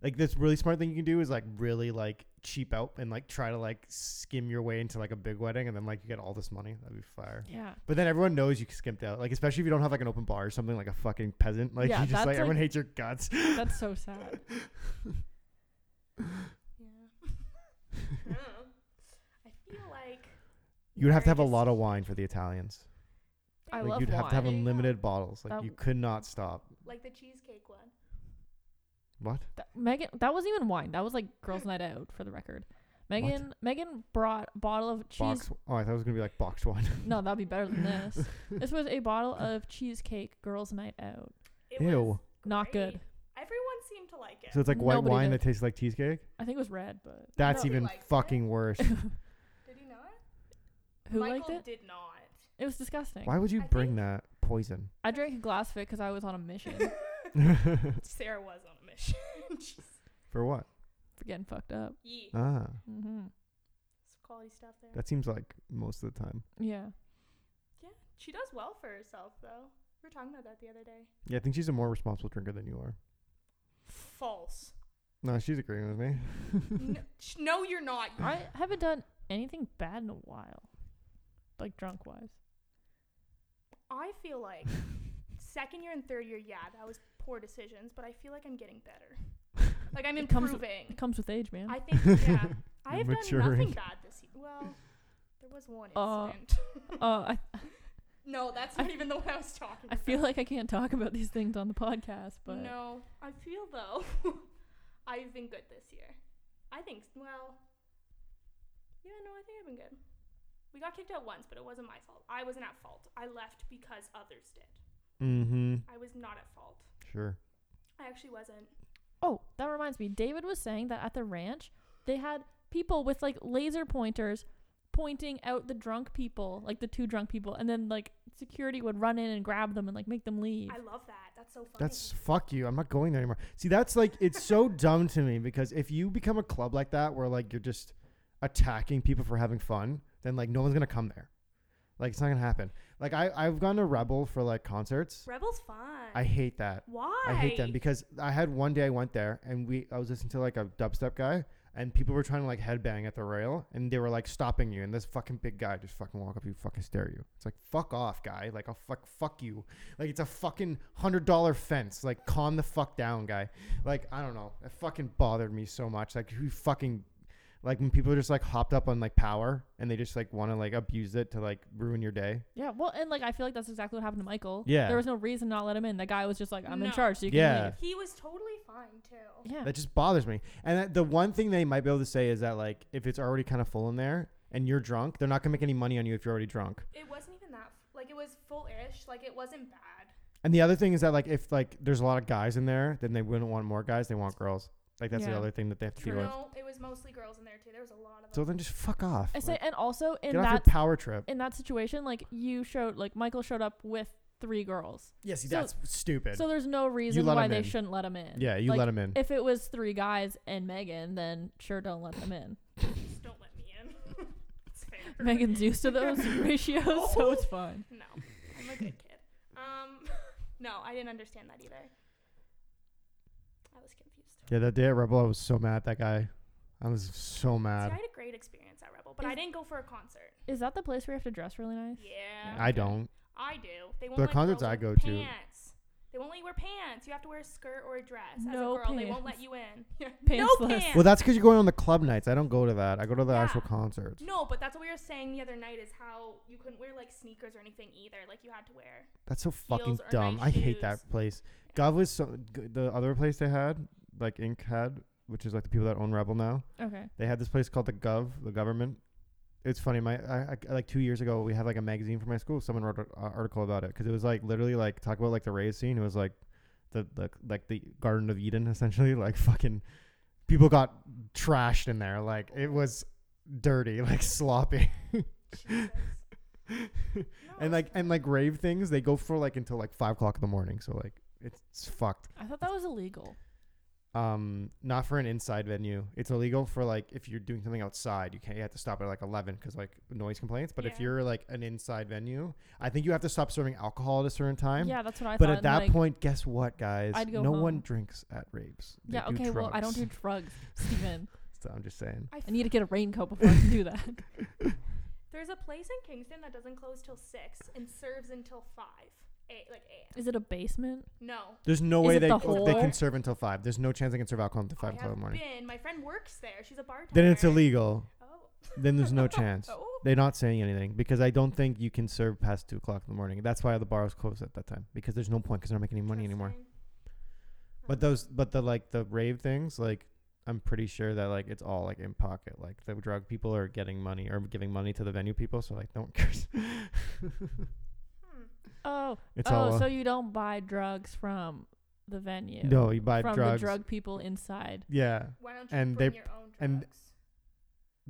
Like this really smart thing you can do is like really like cheap out and like try to like skim your way into like a big wedding and then like you get all this money. That'd be fire. Yeah. But then everyone knows you skimped out. Like especially if you don't have like an open bar or something like a fucking peasant. Like Yeah, you just that's, like everyone like- hates your guts. That's so sad. Yeah. I don't know. I feel like You would have to have a Marriage is- lot of wine for the Italians. I Like love you'd have to have wine. Um, unlimited bottles. Like That- you could not stop. like the cheesecake one. What? That, Megan that wasn't even wine. That was like girls night out for the record. Megan Megan brought a bottle of cheese Box. Oh, I thought it was gonna be like boxed wine. No, that'd be better than this. this was a bottle of cheesecake girls night out. It was Ew. Not great. good. Everyone seemed to like it. So it's like white Nobody wine did. that tastes like cheesecake. I think it was red, but That's Nobody even likes it. fucking worse. Did you know it? who Michael liked it? did not. It was disgusting. Why would you I bring think- that poison? I drank a glass of it because I was on a mission Sarah was on a mission. Jeez. For what? for getting fucked up. Yee. Ah, hmm Some quality stuff there. that seems like most of the time. Yeah. yeah, she does well for herself though. We were talking about that the other day. Yeah, I think she's a more responsible drinker than you are. False. No, she's agreeing with me. no, sh- no, you're not. You- I haven't done anything bad in a while, like drunk wise. I feel like second year and third year, yeah, that was poor decisions, but I feel like I'm getting better. Like I'm It comes- improving. It comes with age, man. I think, yeah, You're I have done maturing. nothing bad this year. Well, there was one Uh, incident. uh, I, no, that's I- not even the one I was talking. I feel like I can't talk about these things on the podcast, but no, I feel though, I've been good this year. I think. s- Well, yeah, no, I think I've been good. We got kicked out once, but it wasn't my fault. I wasn't at fault. I left because others did. mm-hmm. I was not at fault. Sure. I actually wasn't. oh, that reminds me. David was saying that at the ranch they had people with like laser pointers pointing out the drunk people, like the two drunk people, and then like security would run in and grab them and like make them leave. I love that. That's so funny. That's fuck you. I'm not going there anymore. See, that's like it's so dumb to me because if you become a club like that where like you're just attacking people for having fun, then like no one's gonna come there. Like it's not gonna happen. Like I I've gone to Rebel for like concerts. Rebel's fun. I hate that. Why? I hate them because I had one day I went there and we I was listening to like a dubstep guy and people were trying to like headbang at the rail and they were like stopping you and this fucking big guy just fucking walk up to you fucking stare you. It's like fuck off, guy. Like I'll fuck fuck you. Like it's a fucking hundred dollar fence. Like calm the fuck down, guy. Like I don't know. It fucking bothered me so much. Like who fucking like when people are just like hopped up on like power and they just like want to like abuse it to like ruin your day. yeah, well, and like I feel like that's exactly what happened to Michael. Yeah. there was no reason to not let him in. That guy was just like, I'm in No. charge, so you Yeah. can leave. He was totally fine too. Yeah, That just bothers me. And that, the one thing they might be able to say is that like if it's already kind of full in there and you're drunk, they're not gonna make any money on you if you're already drunk. It wasn't even that. f- Like it was full-ish. Like it wasn't bad. And the other thing is that like if like there's a lot of guys in there, then they wouldn't want more guys. They want girls. Like that's the Yeah. other thing that they have to True. deal with. No, it was mostly girls in there too. There was a lot of So them. then just fuck off. I say, Like, and also in get off your that power trip. in that situation, like you showed, like Michael showed up with three girls, Yeah, see, so- that's stupid. so there's no reason let why him they in. shouldn't let him in. yeah, you like, let them in. If it was three guys and Megan, then sure, don't let them in. Just don't let me in. it's fair. Megan's used to those ratios, so it's fine. No, I'm a good kid. Um, no, I didn't understand that either. I was confused. yeah, that day at Rebel, I was so mad at that guy. I was so See, mad. I had a great experience at Rebel, but I Is- didn't go for a concert. Is that the place where you have to dress really nice? Yeah. I don't. I do. They won't The let concerts girls I wear go to- Pants. They won't let you wear pants. You have to wear a skirt or a dress. As No a girl, they won't let pants. you in. no Pantsless. pants. Well, that's because you're going on the club nights. I don't go to that. I go to the Yeah. actual concerts. no, but that's what we were saying the other night is how you couldn't wear like sneakers or anything either. Like you had to wear. That's so fucking or nice dumb. I hate shoes. that place. God was so g- the other place they had, like Inc had, which is like the people that own Rebel now. Okay. They had this place called the Gov, the government. It's funny. My I, I, like two years ago, we had like a magazine for my school. Someone wrote an article about it because it was like literally like talk about like the raise scene. It was like the the like the Garden of Eden essentially. Like fucking people got trashed in there. Like it was dirty, like sloppy. Jesus. and like and like rave things, they go for like until like five o'clock in the morning. So like it's, it's fucked. I thought that was illegal. Um, not for an inside venue. It's illegal for like if you're doing something outside, you can't. You have to stop at like eleven because like noise complaints. But if Yeah. you're like an inside venue, I think you have to stop serving alcohol at a certain time. yeah, that's what I But thought. at and, that like, point, guess what, guys? I'd go no one home. drinks at raves. They yeah, do okay, well, I don't do drugs. drugs, Steven. So I'm just saying. I I need to get a raincoat before I can do that. There's a place in Kingston that doesn't close till six and serves until five, a, like a.m. Is it a basement? No, There's no Is way it they, the Oh, they whole- can serve until five. There's no chance they can serve alcohol until I five o'clock in have the morning. been. My friend works there. She's a bartender. Then it's illegal. Oh. Then there's no chance. Oh. They're not saying anything because I don't think you can serve past two o'clock in the morning. That's why the bar is closed at that time because there's no point because they're not making any money anymore. Interesting. But those, but the like the rave things, like I'm pretty sure that like it's all like in pocket. Like the drug people are getting money or giving money to the venue people, so like no one cares. Hmm. Oh, It's all oh, uh, so you don't buy drugs from the venue? no, you buy from drugs. the drug people inside. yeah, Why don't you And bring they- your own drugs? and-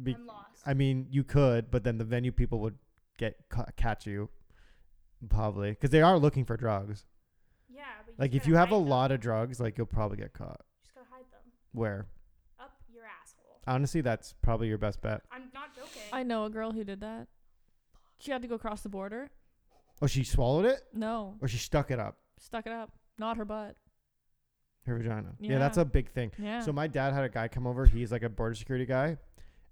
be- I'm lost. I mean, you could, but then the venue people would get ca- catch you, probably, because they are looking for drugs. yeah, but you Like, just if you gotta have a hide them. lot of drugs, like you'll probably get caught. you just gotta hide them Where up your asshole. honestly, that's probably your best bet. I'm not joking. I know a girl who did that. She had to go across the border. Oh, she swallowed it, No, or she stuck it up stuck it up, not her butt. her vagina. Yeah, that's Yeah. a big thing. Yeah. So my dad had a guy come over. He's like a border security guy,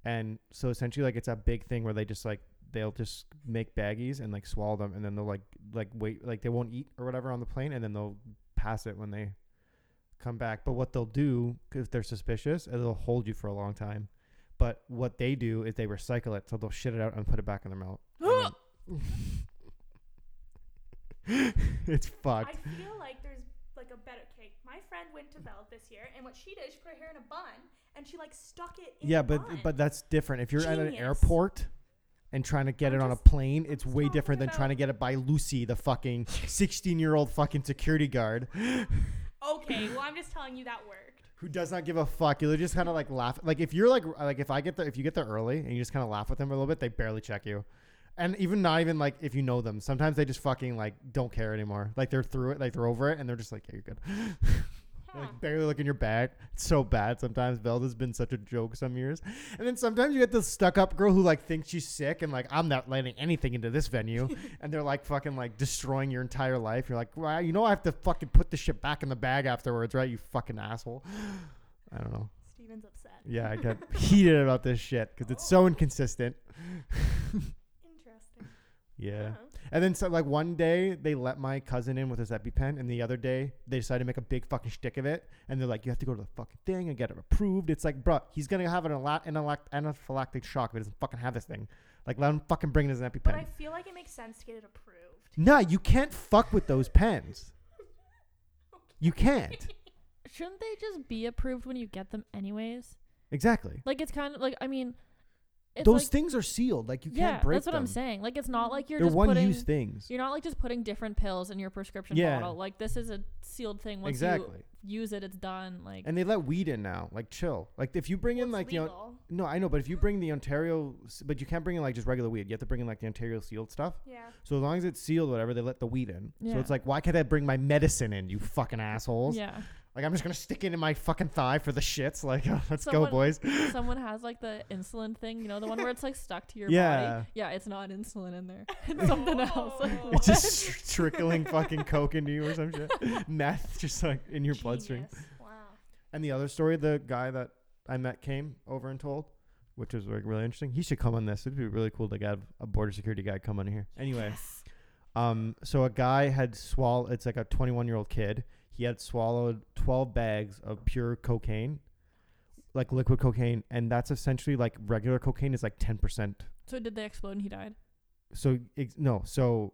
and so essentially, like it's a big thing where they just like they'll just make baggies and like swallow them, and then they'll like like wait like they won't eat or whatever on the plane, and then they'll pass it when they come back. But what they'll do if they're suspicious, is they'll hold you for a long time. But what they do is they recycle it, so they'll shit it out and put it back in their mouth. and then- it's I fucked. feel like there's like a better cake. My friend went to Bell this year, and what she did, she put her hair in a bun, and she like stuck it. in Yeah, the but bun. but that's different. If you're at an Genius. airport and trying to get I'm it on a just- plane, I'm it's just way talking different than trying to about- get it by Lucy, the fucking 16-year-old fucking security guard okay, well I'm just telling you that worked. who does not give a fuck. You'll just kind of like laugh. Like if you're like like if I get there, if you get there early and you just kind of laugh with them a little bit, they barely check you. And even not even like if you know them, sometimes they just fucking like don't care anymore. Like they're through it, like they're over it, and they're just like, yeah, you're good. Huh. Like barely look in your bag. It's so bad sometimes. Velda's been such a joke some years. And then sometimes you get this stuck up girl who like thinks she's sick and like I'm not letting anything into this venue. and they're like fucking like destroying your entire life. You're like, well, you know I have to fucking put this shit back in the bag afterwards, right? You fucking asshole. I don't know. Steven's upset. Yeah, I got heated about this shit because it's so inconsistent. Interesting. Yeah. Uh-huh. Huh. And then so like one day they let my cousin in with his EpiPen, and the other day they decided to make a big fucking shtick of it, and they're like, you have to go to the fucking thing and get it approved. It's like, bruh, he's gonna have an ala- analact- anaphylactic shock if he doesn't fucking have this thing. Like, let him fucking bring in his EpiPen. But I feel like it makes sense to get it approved. nah, you can't fuck with those pens. You can't. Shouldn't they just be approved when you get them, anyways? Exactly. Like it's kind of like I mean, it's those like, things are sealed. Like you yeah, can't break that's what I'm them. saying. Like it's not like you're They're just one putting use things. you're not like just putting different pills in your prescription Yeah. bottle. Like this is a sealed thing. Once Exactly. you use it, it's done. Like And they let weed in now. Like chill. Like if you bring in Well, like it's you know. legal. No, I know, but if you bring the Ontario, but you can't bring in like just regular weed. You have to bring in like the Ontario sealed stuff. Yeah. So as long as it's sealed, whatever, they let the weed in. So Yeah. it's like, why can't I bring my medicine in? You fucking assholes! yeah, Like I'm just gonna stick it in my fucking thigh for the shits. Like oh, let's go, Someone- boys. someone has like the insulin thing. You know the one where it's like stuck to your Yeah. body. Yeah, it's not insulin in there. It's something else. Like, Oh. what? It's just trickling fucking coke into you or some shit. Meth just like in your bloodstream. Genius. Wow. And the other story, the guy that I met came over and told, which was like really interesting. He should come on this. It'd be really cool to have a border security guy come on here. Anyway, um, so a guy had swallowed. It's like a 21 year old kid. He had swallowed 12 bags of pure cocaine, like liquid cocaine, and that's essentially like regular cocaine is like 10 percent. So did they explode and he died? So ex- no, so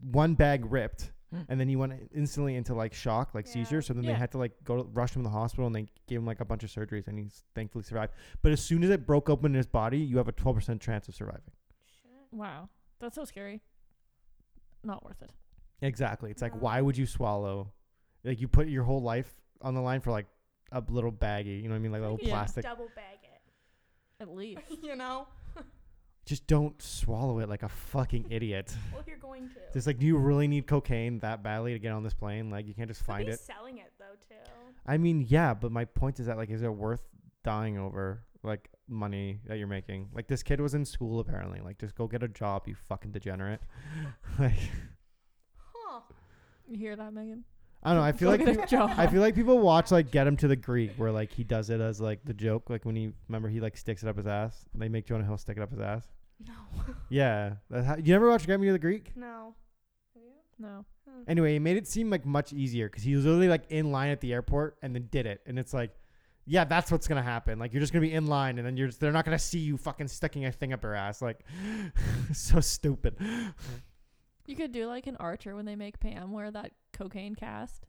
one bag ripped. And then he went instantly into like shock, like Yeah. seizure. So then they Yeah. had to like go to, rush him to the hospital, and they gave him like a bunch of surgeries, and he's thankfully survived. But as soon as it broke open in his body, you have a twelve percent chance of surviving. Shit. Wow, that's so scary. Not worth it. Exactly. It's like No. why would you swallow? Like you put your whole life on the line for like a little baggie. You know what I mean? Like a Like little you Yeah. plastic. Double bag it. At least you know. Just don't swallow it like a fucking idiot. Well, if you're going to. Just like, do you really need cocaine that badly to get on this plane? Like, you can't just find Somebody's it. selling it though too. I mean, yeah, but my point is that like, is it worth dying over like money that you're making? Like, this kid was in school apparently. Like, just go get a job, you fucking degenerate. like, Huh. You hear that, Megan? I don't know. I feel like Go get a job. I feel like people watch like Get Him to the Greek, where like he does it as like the joke, like when he remember he like sticks it up his ass. They make Jonah Hill stick it up his ass. No. Yeah, That's how- you never watch Get Me to the Greek? no. no. Anyway, it made it seem like much easier because he was literally like in line at the airport and then did it, and it's like, yeah, that's what's gonna happen. Like you're just gonna be in line, and then you're just, they're not gonna see you fucking sticking a thing up your ass. Like, so stupid. You could do like an Archer when they make Pam wear that cocaine cast.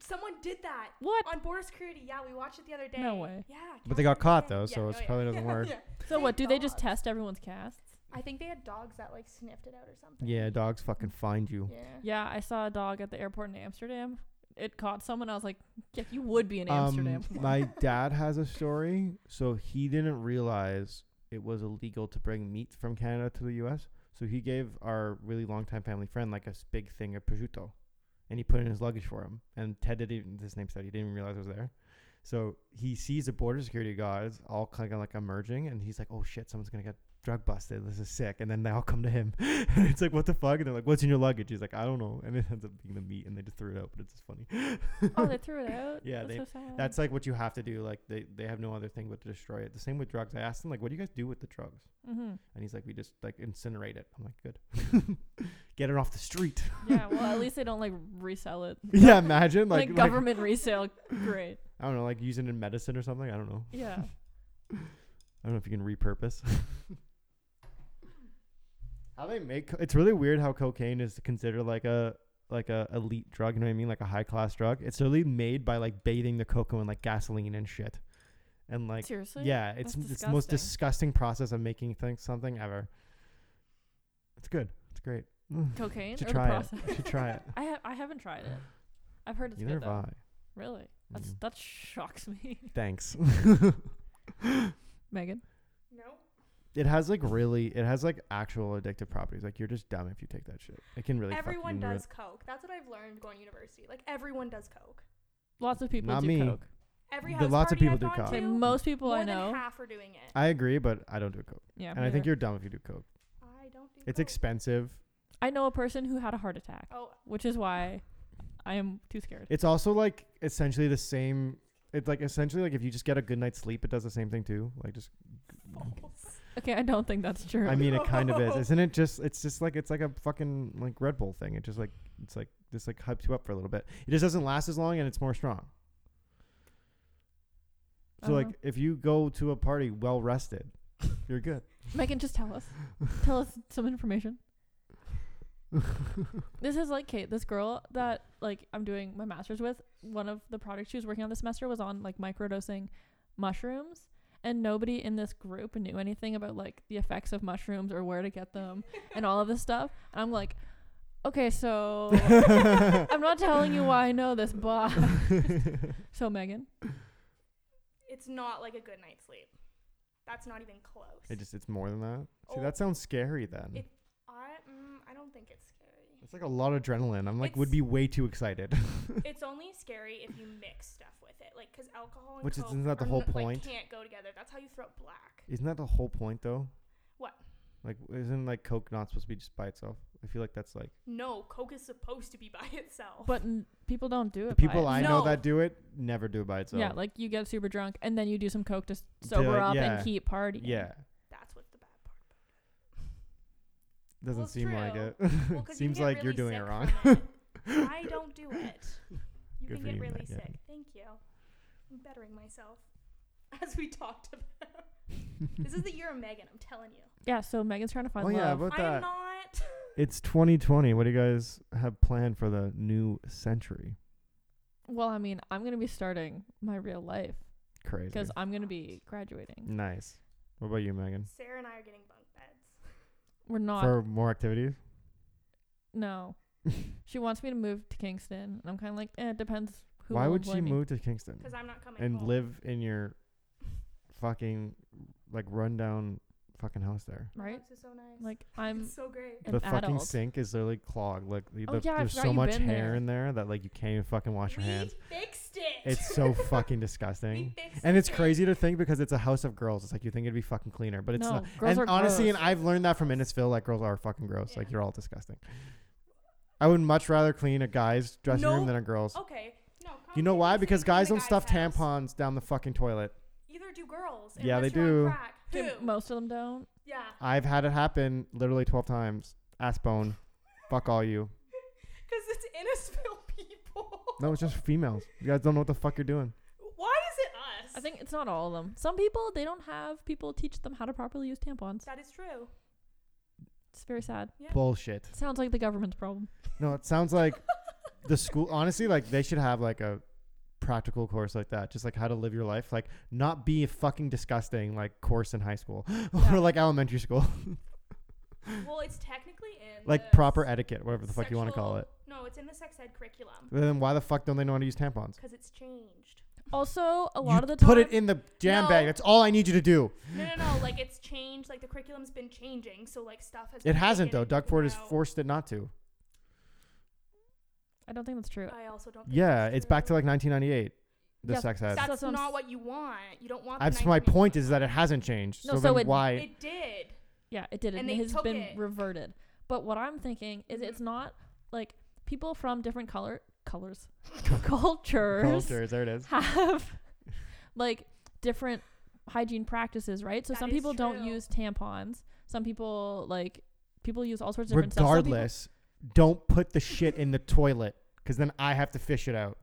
Someone did that What? on border security. Yeah, we watched it the other day. No way. Yeah. oh, But they got caught, though, so it's it's probably doesn't work. So what? Do they just Dogs. test everyone's casts? I think they had dogs that like sniffed it out or something. Yeah, dogs fucking find you. Yeah. Yeah, I saw a dog at the airport in Amsterdam. It caught someone. I was like, yeah, you would be in Um, Amsterdam. Come on. my dad has a story. So he didn't realize it was illegal to bring meat from Canada to the U.S. So he gave our really longtime family friend like a s- big thing of prosciutto, and he put it in his luggage for him. And Ted didn't. Even, his name said he didn't even realize it was there. So he sees the border security guards all kind of like emerging, and he's like, "Oh shit, someone's gonna get." Drug busted. This is sick. And then they all come to him. and it's like, what the fuck? And they're like, what's in your luggage? He's like, I don't know. And it ends up being the meat, and they just threw it out. But it's just funny. oh, they threw it out. Yeah, That's they- so sad. That's like what you have to do. Like they, they have no other thing but to destroy it. The same with drugs. I asked him like, what do you guys do with the drugs? mm-hmm. And he's like, we just like incinerate it. I'm like, good. Get it off the street. yeah. Well, at least they don't like resell it. yeah, imagine Like, like, like, government resale. Great. I don't know, like using it in medicine or something. I don't know. Yeah. I don't know if you can repurpose. how they make co- it's really weird how cocaine is considered like a like a elite drug. You know what I mean? Like a high class drug. It's really made by like bathing the cocoa in like gasoline and shit, and like Seriously. Yeah, it's That's it's the most disgusting. disgusting process of making things something ever. It's good. It's great. Mm. Cocaine Should or try the it. process? You should try it. I have. I haven't tried it. I've heard it's Neither good have though. I. Really? That's Mm. that shocks me. Thanks. Megan. Nope. it has like really, it has like actual addictive properties. Like you're just dumb if you take that shit. It can really. fuck everyone you in real- does coke. That's what I've learned going to university. Like everyone does coke. Lots of people Not do me. coke. Every There- house lots of party people I've do gone coke. Say to, most people more I than know. half are doing it. I agree, but I don't do coke. yeah. and I think you're dumb if you do coke. I don't do. It's coke. expensive. I know a person who had a heart attack, Oh, which is why I am too scared. It's also like essentially the same. It's like essentially like if you just get a good night's sleep, it does the same thing too. Like just false. Okay, I don't think that's true. I mean, it kind of is, isn't it? Just it's just like it's like a fucking like Red Bull thing. It just like it's like just like hypes you up for a little bit. It just doesn't last as long, and it's more strong. I So don't like Uh-huh. know. if you go to a party well rested, you're good. Megan, just tell us. tell us some information. this is like Kate, this girl that like I'm doing my master's with. One of the projects she was working on this semester was on like microdosing mushrooms, and nobody in this group knew anything about like the effects of mushrooms or where to get them and all of this stuff. And I'm like, okay, so I'm not telling you why I know this, but so Megan, It's not like a good night's sleep. That's not even close. It just it's more than that. See, Oh. that sounds scary. Then It- I mm, I don't think it's scary. it's like a lot of adrenaline. I'm like would It's- be way too excited. it's only scary if you mix stuff with it, like because alcohol and Which is- coke isn't that the are whole n- like, point? can't go together. That's how you throw up black. Isn't that the whole point though? What? Like isn't like Coke not supposed to be just by itself? I feel like that's like. No, coke is supposed to be by itself. but n- people don't do it. The by people it. I know No. that do it never do it by itself. yeah, like you get super drunk and then you do some coke to s- sober like, up yeah. and keep partying. yeah. that's what's the bad part. Doesn't Well, it's seem like true. it. Well, 'cause you Seems can get like you're doing really it sick wrong. from it. I don't do it. You Good can for get you, really Matt, yeah. sick. Thank you. I'm bettering myself as we talk to them. this is the year of Megan. I'm telling you. Yeah, so Megan's trying to find Oh yeah, love. about I'm that. not. It's 2020. What do you guys have planned for the new century? Well, I mean, I'm gonna be starting my real life Crazy. because I'm gonna be graduating. Nice. What about you, Megan? Sarah and I are getting bunk beds. We're not. For more activities? no, she wants me to move to Kingston, and I'm kind of like, eh, it depends. Who Why will would employ she me. move to Kingston Because I'm not coming and home. live in your fucking like rundown fucking house there. My right? house is so nice. Like um, I'm it's so great. an the fucking adult. sink is literally clogged. Like the, Oh, the- yeah, I there's forgot so you've much been hair there. in there that like you can't even fucking wash your we hands. fixed it. It's so fucking we disgusting. fixed And it's it. crazy to think because it's a house of girls. It's like you think it'd be fucking cleaner, but it's No, not. girls and are honestly, gross. and I've learned that from Innisfil, like girls are fucking gross. Like Yeah. you're all disgusting. I would much rather clean a guy's dressing room No. Oh, than a girl's. Okay. No. You know competition why? is Because between guys the don't stuff guys' house. tampons down the fucking toilet. Either do girls. Yeah, they unless you're on do. Crack. Dude, Who? most of them don't. yeah. I've had it happen literally 12 times. Ass bone. Fuck all you. Because it's Innisfil people. No, it's just females. You guys don't know what the fuck you're doing. Why is it us? I think it's not all of them. Some people they don't have people teach them how to properly use tampons. that is true. It's very sad. Bullshit. Sounds like the government's problem. No, it sounds like the school. Honestly, like they should have like a practical course like that, just like how to live your life, like not be a fucking disgusting like course in high school Yeah. or like elementary school, Well, it's technically in like the proper s- etiquette, whatever the fuck you want to call it. sexual- No, it's in the sex ed curriculum Then why the fuck don't they know how to use tampons? because it's changed. Also, a lot You of the time put it in the jam bag. No. That's all I need you to do. No, no, no. like it's changed. Like the curriculum's been changing, so like stuff has. It been hasn't taken though. and- Doug Ford has No, forced it not to. I don't think that's true. I also don't. Think Yeah, that's it's back to true. like 1998. The Yeah, sex ed. that's That's, what I'm not s- what you want. You don't want. the That's my 1980s. point is that it hasn't changed. No, so, so then it- why? It did. Yeah, it did. And And they it has took been it. Mm-hmm. reverted. But what I'm thinking is it's not like people from different color colors cultures cultures. There it is. have like different hygiene practices, right? So That some is people don't true. use tampons. Some people like people use all sorts of different stuff. regardless, don't put the shit in the toilet because then I have to fish it out.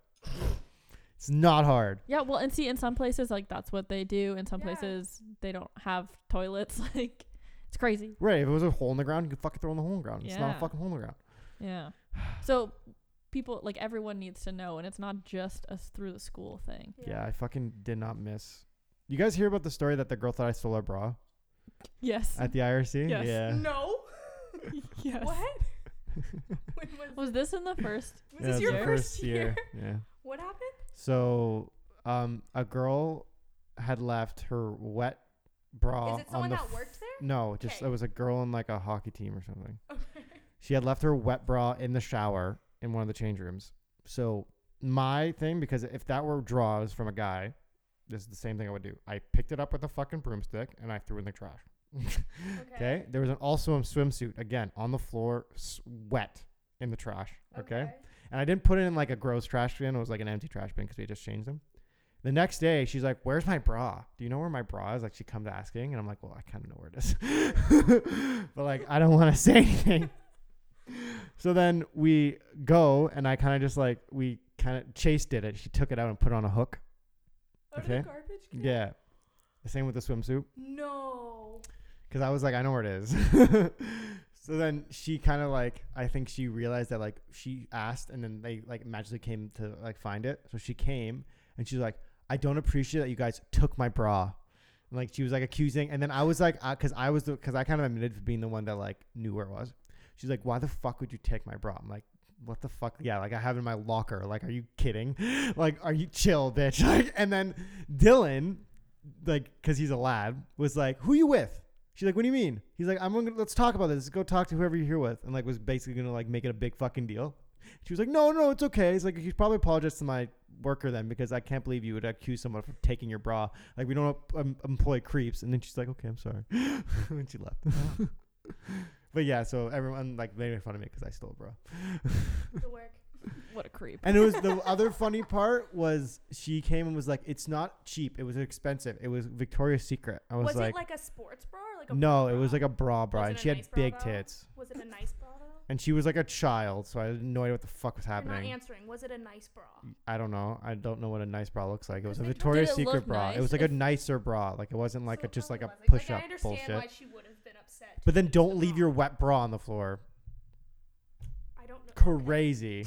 It's not hard. Some people, yeah, well, and see, in some places like that's what they do. In some Yeah. places they don't have toilets. Like it's crazy. Right. If it was a hole in the ground, you could fucking throw in the hole in the ground. It's not a Yeah. fucking hole in the ground. Yeah. So people like everyone needs to know, and it's not just a s- through the school thing. Yeah. I fucking did not miss. You guys hear about the story that the girl thought I stole her bra Yes. at the IRC? Yes. Yeah. No. yes. What? when was, Was this in the first? was Yeah, this it your was the first year? Yeah. What happened? So, um, a girl had left her wet bra Is it on someone the that worked there? No, just Okay. it was a girl on like a hockey team or something. Okay. She had left her wet bra in the shower in one of the change rooms. So my thing, because if that were draws from a guy, this is the same thing I would do. I picked it up with a fucking broomstick and I threw it in the trash. Okay. There was an also a swimsuit again on the floor, s- wet in the trash. Okay. And I didn't put it in like a gross trash bin. It was like an empty trash bin because we had just changed them. The next day, she's like, "Where's my bra? Do you know where my bra is?" Like she comes asking, and I'm like, "Well, I kind of know where it is, but like I don't want to say anything." so then we go, and I kind of just like we kind of Chase did it. She took it out and put it on a hook. Out Okay. of the garbage can? Yeah. The same with the swimsuit. No. Cause I was like, I know where it is. so then she kind of like, I think she realized that like she asked, and then they like magically came to like find it. So she came, and she's like, I don't appreciate that you guys took my bra. And, like she was like accusing, and then I was like, uh, cause I was the, cause I kind of admitted to being the one that like knew where it was. She's like, why the fuck would you take my bra? I'm like, what the fuck? Yeah, like I have it in my locker. Like, are you kidding? like, are you chill, bitch? Like, and then Dylan, like, cause he's a lad, was like, who you with? She's like, "What do you mean?" He's like, "I'm gonna let's talk about this. Go talk to whoever you're here with," and like was basically gonna like make it a big fucking deal. She was like, "No, no, it's okay." He's like, "You should probably apologize to my worker then because I can't believe you would accuse someone for taking your bra. Like, we don't um, employ creeps." And then she's like, "Okay, I'm sorry," and she left. but yeah, so everyone like they made fun of me because I stole a bra. The work. What a creep. And it was the other funny part was she came and was like, "It's not cheap. It was expensive. It was Victoria's Secret." I was, Was, like, it like a sports bra or like a "No, bra it was bra? like a bra bra, Was and it a she had nice bra big bra? tits." Was it a nice bra though? And she was like a child, so I had no idea what the fuck was You're not happening. Mm, answering. Was it a nice bra? I don't know. I don't know what a nice bra looks like. It was a Did it Victoria's look Secret bra. It nice? was like a If- nicer bra. Like it wasn't like a, So it just like probably a wasn't. push like, up I understand bullshit. why she would have been upset. to but then use don't the leave bra. your wet bra on the floor. I don't know. okay. Crazy.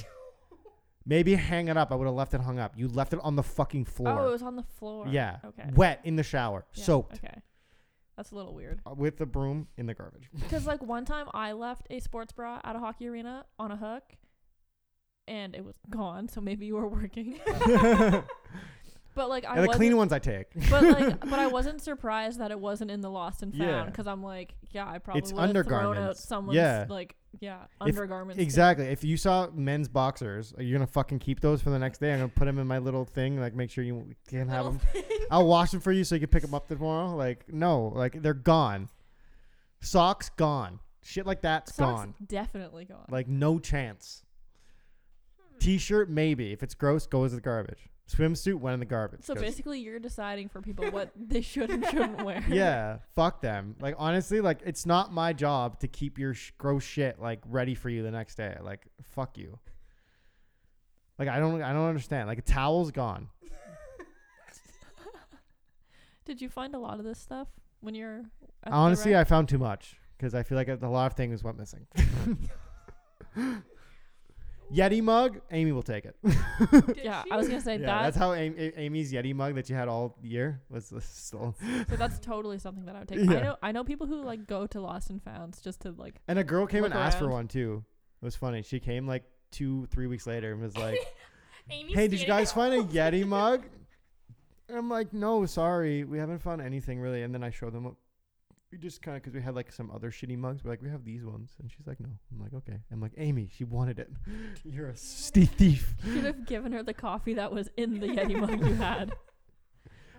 Maybe hang it up. I would have left it hung up. You left it on the fucking Oh, it floor. was on the floor. yeah. Okay. Wet in the shower, Yeah, soaked Okay. That's a little weird. uh, with the broom in the garbage. Because like one time I left a sports bra at a hockey arena on a hook, and it was gone. So maybe you were working. But like I and the wasn't, clean ones I take. but like, but I wasn't surprised that it wasn't in the Lost and Found Yeah. because I'm like, yeah, I probably would have thrown out undergarments. someone's Yeah. like, yeah, If- undergarments. too. Exactly. If you saw men's boxers, are you gonna fucking keep those for the next day? I'm gonna put them in my little thing. Like, make sure you can't have them. I'll wash them for you so you can pick them up tomorrow. Like, no, like they're gone. Socks gone. Shit like that's Socks gone. definitely gone. Like no chance. Hmm. T-shirt maybe if it's gross goes in the garbage. Swimsuit went in the garbage. so 'Cause- basically, you're deciding for people what they should and shouldn't wear. yeah, fuck them. Like honestly, like it's not my job to keep your sh- gross shit like ready for you the next day. Like fuck you. Like I don't I don't understand. Like a towel's gone. Did you find a lot of this stuff when you're? at the honestly, rec? I found too much because I feel like a lot of things went missing. Yeti mug, Amy will take it. Did yeah, she? I was gonna Yeah, say that's that. how Amy, A- Amy's Yeti mug that you had all year was was stolen. so that's totally something that I would take. I Yeah. know I know people who like go to Lost and Founds just to like. And a girl came Look and asked for around. one too. It was funny. She came like two, three weeks later and was like, Amy's hey, did you stealing guys it. find a Yeti mug? And I'm like, no, sorry, we haven't found anything really. And then I showed them what we just kind of because we had like some other shitty mugs. We're like, we have these ones, and she's like, no. I'm like, okay. I'm like, Amy, she wanted it. You're a ste- thief. Should have given her the coffee that was in the Yeti mug you had.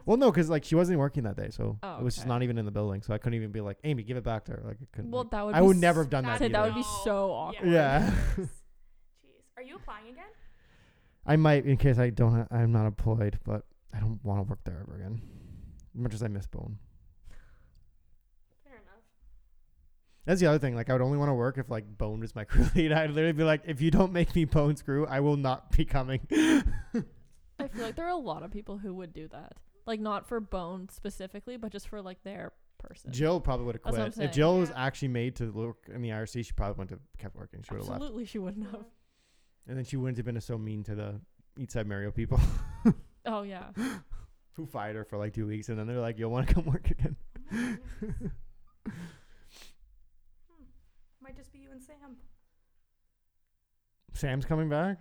Well, no, because like she wasn't working that day, so Oh, it was just okay. not even in the building. So I couldn't even be like, Amy, give it back to her. Like, I couldn't. Well, like- that would. I be would s- never have done that. That's Say Either. that would be No. so awkward. Yeah. Jeez. Are you applying again? I might in case I don't. Ha- I'm not employed, but I don't want to work there ever again. As much as I miss Bone. Fair enough. That's the other thing. Like, I would only want to work if like Bone was my crew lead. I'd literally be like, if you don't make me Bone's crew, I will not be coming. I feel like there are a lot of people who would do that. Like not for Bone specifically, but just for like their person. Jill probably would have That's what I'm quit. If saying. Jill was Yeah. actually made to work in the IRC, she probably wouldn't have kept working. She would have left, Absolutely, she wouldn't have. and then she wouldn't have been so mean to the East Side Mario people Oh yeah. who fired her for like two weeks, and then they're like, "You'll want to come work again." Hmm. Might just be you and Sam. Sam's coming back.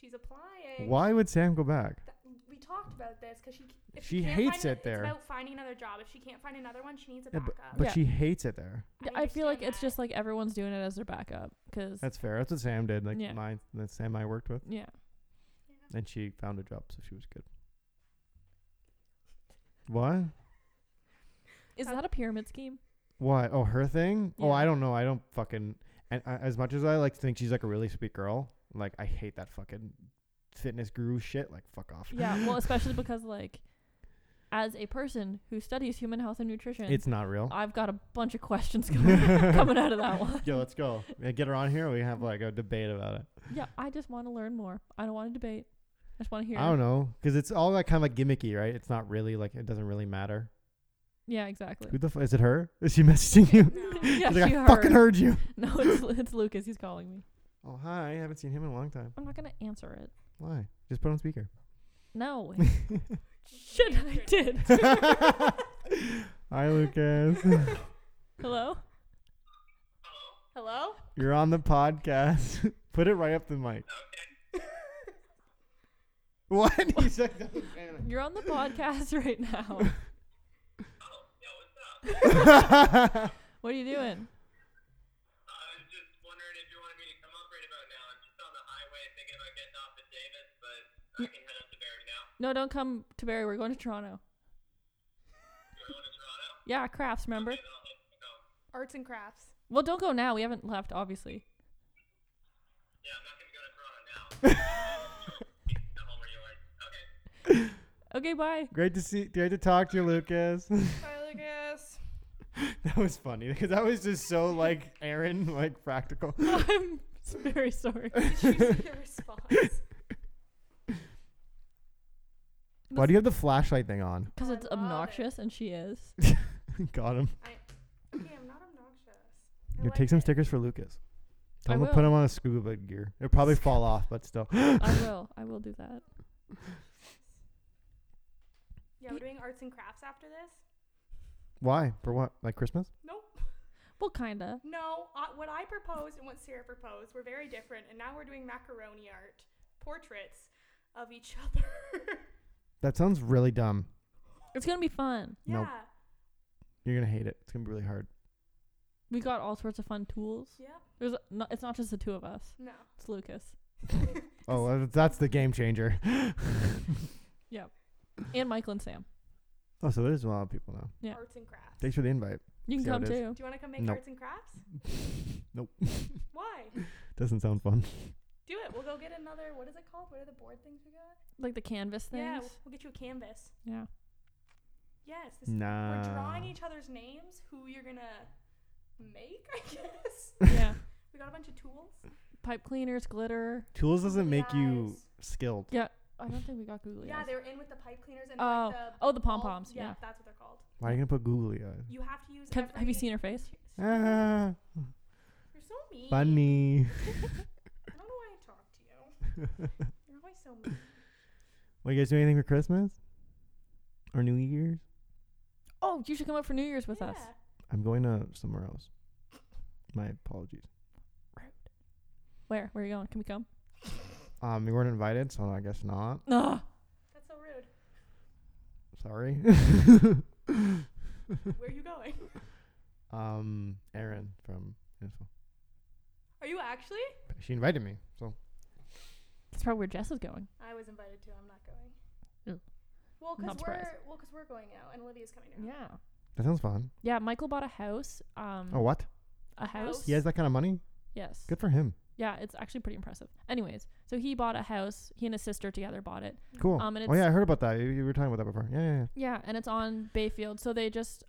She's applying. Why would Sam go back? Th- we talked about this because she c- if She can't hates find ano- it there. It's about finding another job. If she can't find another one, she needs a Yeah, backup. but, but Yeah. she hates it there. I, feel like understand it's just like everyone's doing it as their backup because That's fair. That's what Sam did. Like Yeah. mine, that Sam I worked with, yeah. that. and she found a job, so she was good. What? Is Uh, that a pyramid scheme? What? Oh, her thing? Oh, Yeah. I don't know. I don't fucking. And I, as much as I like to think she's like a really sweet girl, like I hate that fucking fitness guru shit. Like fuck off. Yeah. Well, especially because like, as a person who studies human health and nutrition, It's not real. I've got a bunch of questions coming, coming out of that one. Yo, let's go. Yeah, Get her on here. We have like a debate about it. Yeah, I just want to learn more. I don't want to debate. I just want to hear. I don't know because it's all like kind of like gimmicky, right? It's not really like it doesn't really matter. Yeah, exactly. Who the f- is it? Her? Is she messaging you? No. yeah, She's like, she I heard. fucking heard you. No, it's it's Lucas. He's calling me. Oh hi, I haven't seen him in a long time. I'm not gonna answer it. Why? Just put on speaker. No. She Shit, I answered. did. Hi, Lucas. Hello. Hello? You're on the podcast. Put it right up the mic. What? He's like, "That was Anna." You're on the podcast right now. What are you doing? I was just wondering if you wanted me to come up right about now. I'm just on the highway thinking about getting off at Davis, but I can head up to Barry now. No, don't come to Barry. We're going to Toronto. You're going to Toronto? Yeah, crafts. Remember? And I'll let you go. Arts and crafts. Well, don't go now. We haven't left, obviously. Yeah, I'm not going to go to Toronto now. At home or yours. Okay. Okay, bye. Great to see. Great to talk to you, Lucas. Hi, Lucas. that was funny because that was just so like Aaron, like practical. I'm very sorry. Did you see the response? Why do you have the flashlight thing on? Because Oh, I it's love it. obnoxious, and she is. Got him. Okay, I'm not obnoxious. I Here, like take some it. stickers for Lucas. Tell I him to will. put him on a scuba gear. It'll probably fall off, but still. I will. I will do that. Yeah, we're doing arts and crafts after this? Why? For what? Like Christmas? Nope. Well, kinda. No, uh, what I proposed and what Sarah proposed were very different, and now we're doing macaroni art portraits of each other. That sounds really dumb. It's gonna be fun. Yeah. Nope. You're gonna hate it. It's gonna be really hard. We got all sorts of fun tools. Yep. There's no, it's not just the two of us. No. It's Lucas Oh, uh, that's the game changer. and Michael and Sam. oh, so there's a lot of people now. Yeah. Arts and crafts. Thanks for the invite. You can See how come it too. Do you want to come make Nope. arts and crafts? Nope. Why? Doesn't sound fun. Do it. We'll go get another. What is it called? What are the board things we got? Like the canvas things. Yeah, we'll, we'll get you a canvas. yeah. Yes. This Nah. We're drawing each other's names. Who you're gonna make? I guess. yeah. We got a bunch of tools. Pipe cleaners, glitter. Tools doesn't make you Guys. skilled. Yeah. I don't think we got googly Yeah, eyes. they were in with the pipe cleaners and Oh. like the Oh, the ball- pom-poms, yeah. that's what they're called. Why are you gonna put googly eyes? You have to use. Have, have you every- seen her face? Ah, You're so mean. funny. I don't know why I talk to you. You're always so mean. What you guys do anything for Christmas or New Year's? Oh, you should come up for New Year's with us. Yeah. I'm going to somewhere else. My apologies. Where? Where are you going? Can we come? Um, you weren't invited, so I guess not. Ugh. That's so rude. Sorry. Where are you going? um, Erin from Innisfil. Are you actually? She invited me, so That's probably where Jess is going. I was invited to. I'm not going. Ew. Well, because Not surprised. we're well, 'cause we're going out, and Olivia's coming out. Yeah. that sounds fun. Yeah. Michael bought a house. Um, Oh, what? a house. He has that kind of money. Yes. Good for him. Yeah, it's actually pretty impressive. Anyways, so he bought a house. He and his sister together bought it. Cool. Um, and oh yeah, I it's- heard about that. You, you were talking about that before. Yeah, yeah. yeah. Yeah, and it's on Bayfield. So they just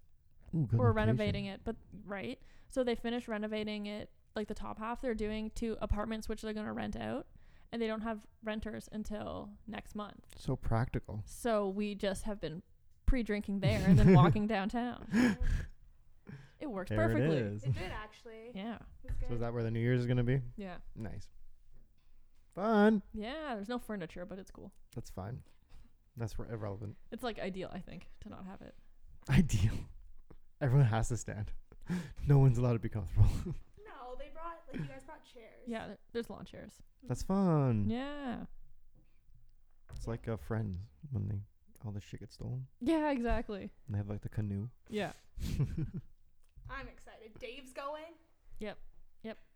Ooh, good were renovating it, but right. So they finished renovating it, like the top half. They're doing two apartments, which they're gonna rent out, and they don't have renters until next month. So practical. So we just have been pre-drinking there and then walking downtown. It worked There it perfectly. is. It did actually. Yeah, It was So is good. that where the New Year's is gonna be? yeah, Nice. Fun. yeah. There's no furniture, but it's cool. That's fine. That's re- irrelevant. It's like ideal, I think, to not have it. Ideal. Everyone has to stand. No one's allowed to be comfortable. No, they brought like you guys brought chairs. Yeah, there- there's lawn chairs. That's fun. Yeah. It's like uh, Friends when they all the shit gets stolen. Yeah, exactly. And they have like the canoe. Yeah. I'm excited. Dave's going.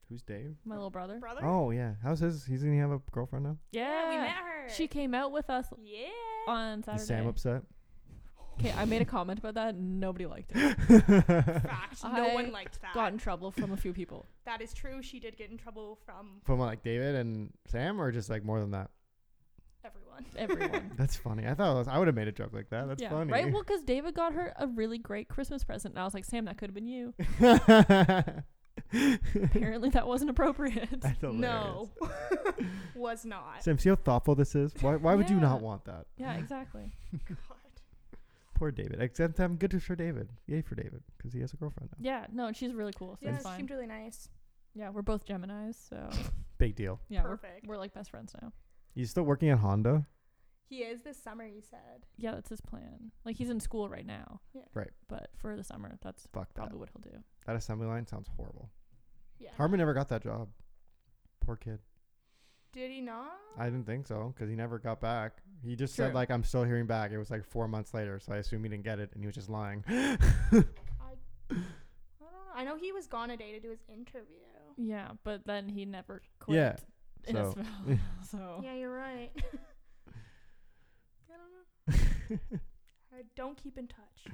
Who's Dave? My little brother. Brother. Oh yeah. How's his? He's gonna have a girlfriend now. Yeah, Yeah. we met her. She came out with us Yeah. on Is Sam Saturday. upset? Okay, I made a comment about that. and Nobody liked it. Fact. No I one liked that. Got in trouble from a few people. That is true. She did get in trouble from From like David and Sam, or just like more than that. everyone. Everyone. That's funny. I thought it was, I would have made a joke like that. That's yeah. funny. Right? Well, because David got her a really great Christmas present. And I was like, Sam, that could have been you. Apparently, that wasn't appropriate. That's hilarious. no, was not. Sam, see how thoughtful this is. Why? Why would you Yeah. not want that? yeah, exactly. God. Poor David. Except I'm good for David. Yay for David, because he has a girlfriend now. Yeah, no, and she's really cool. So Yeah, it's she fine. seemed really nice. yeah, we're both Geminis. So, Big deal. yeah, we're, Perfect. we're like best friends now. He's still working at Honda. He is this summer. You said. Yeah, that's his plan. Like, he's in school right now. Yeah. Right. But for the summer, that's Fuck that. probably what he'll do. That assembly line sounds horrible. Yeah. Harmon never got that job. Poor kid. Did he not? I didn't think so because he never got back. He just said True. like I'm still hearing back. It was like four months later, so I assume he didn't get it, and he was just lying. I don't know. I know he was gone a day to do his interview. Yeah, but then he never quit. Yeah, in his so- film, so Yeah, you're right. I don't know. I don't keep in touch.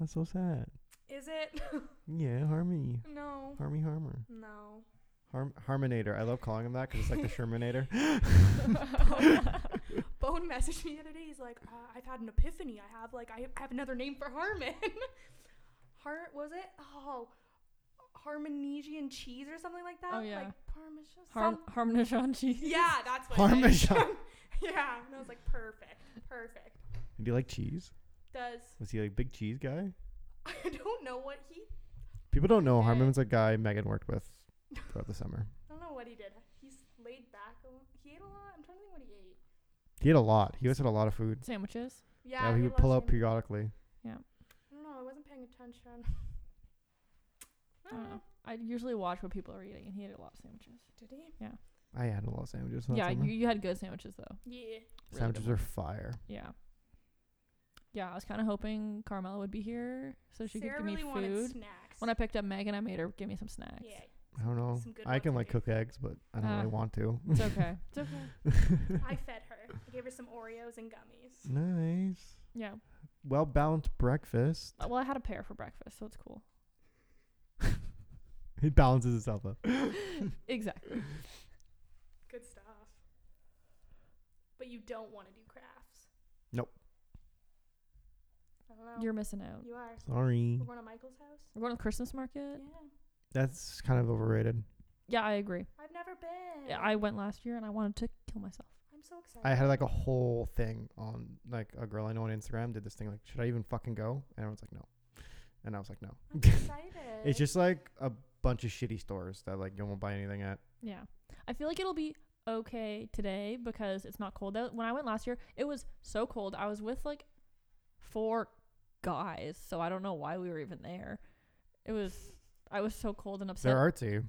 That's so sad. Is it? Yeah, Harmony, no. Harmy Harmer, No. Harm Harmonator. I love calling him that because it's like the Shermanator. Bone messaged me the other day. He's like, uh, I've had an epiphany. I have like, I I have another name for Harmon. Har was it? Oh, Harmonesian cheese or something like that. Oh, yeah. Like Parmesan. Harm some- Harmonijan cheese. yeah, that's what. it is. Parmesan. yeah, and I was like, perfect, perfect. Did he like cheese? Does Was he like big cheese guy? I don't know what he. People don't know Yeah. Harmon's a guy Megan worked with throughout the summer. I don't know what he did. He's laid back. A lot. He ate a lot. I'm trying to think what he ate. He had a lot. He always had a lot of food. Sandwiches. Yeah, Yeah, he would loves pull up him. periodically. I don't know. I wasn't paying attention. I don't know. I usually watch what people are eating, and he ate a lot of sandwiches. Did he? I had a lot of sandwiches. Last yeah, summer. you, you had good sandwiches though. Yeah. really good sandwiches are fire. Yeah, yeah, I was kind of hoping Carmela would be here so she could Sarah give really me wanted food. snacks. When I picked up Megan, I made her give me some snacks. yeah, I don't know. Some good I can like ones, cook eggs, but I don't Ah. really want to. It's okay. it's okay. I fed her. I gave her some Oreos and gummies. nice. yeah. Well balanced breakfast. Uh, Well, I had a pear for breakfast, so it's cool. It balances itself up. Exactly. Good stuff. But you don't want to do crafts. Nope. I don't know. You're Mm. missing out. You are. Sorry. We're going to Michael's house. We're going to Christmas Yeah. market. That's kind of overrated. Yeah, I agree. I've never been. Yeah, I went last year and I wanted to kill myself. I'm so excited. I had like a whole thing on like a girl I know on Instagram did this thing like, should I even fucking go? And everyone's like, no. And I was like, no. I'm excited. It's just like a bunch of shitty stores that like you won't buy anything at. Yeah. I feel like it'll be okay today because it's not cold out. When I went last year, it was so cold. I was with like four guys, so I don't know why we were even there. It was I was so cold and upset. They're artsy.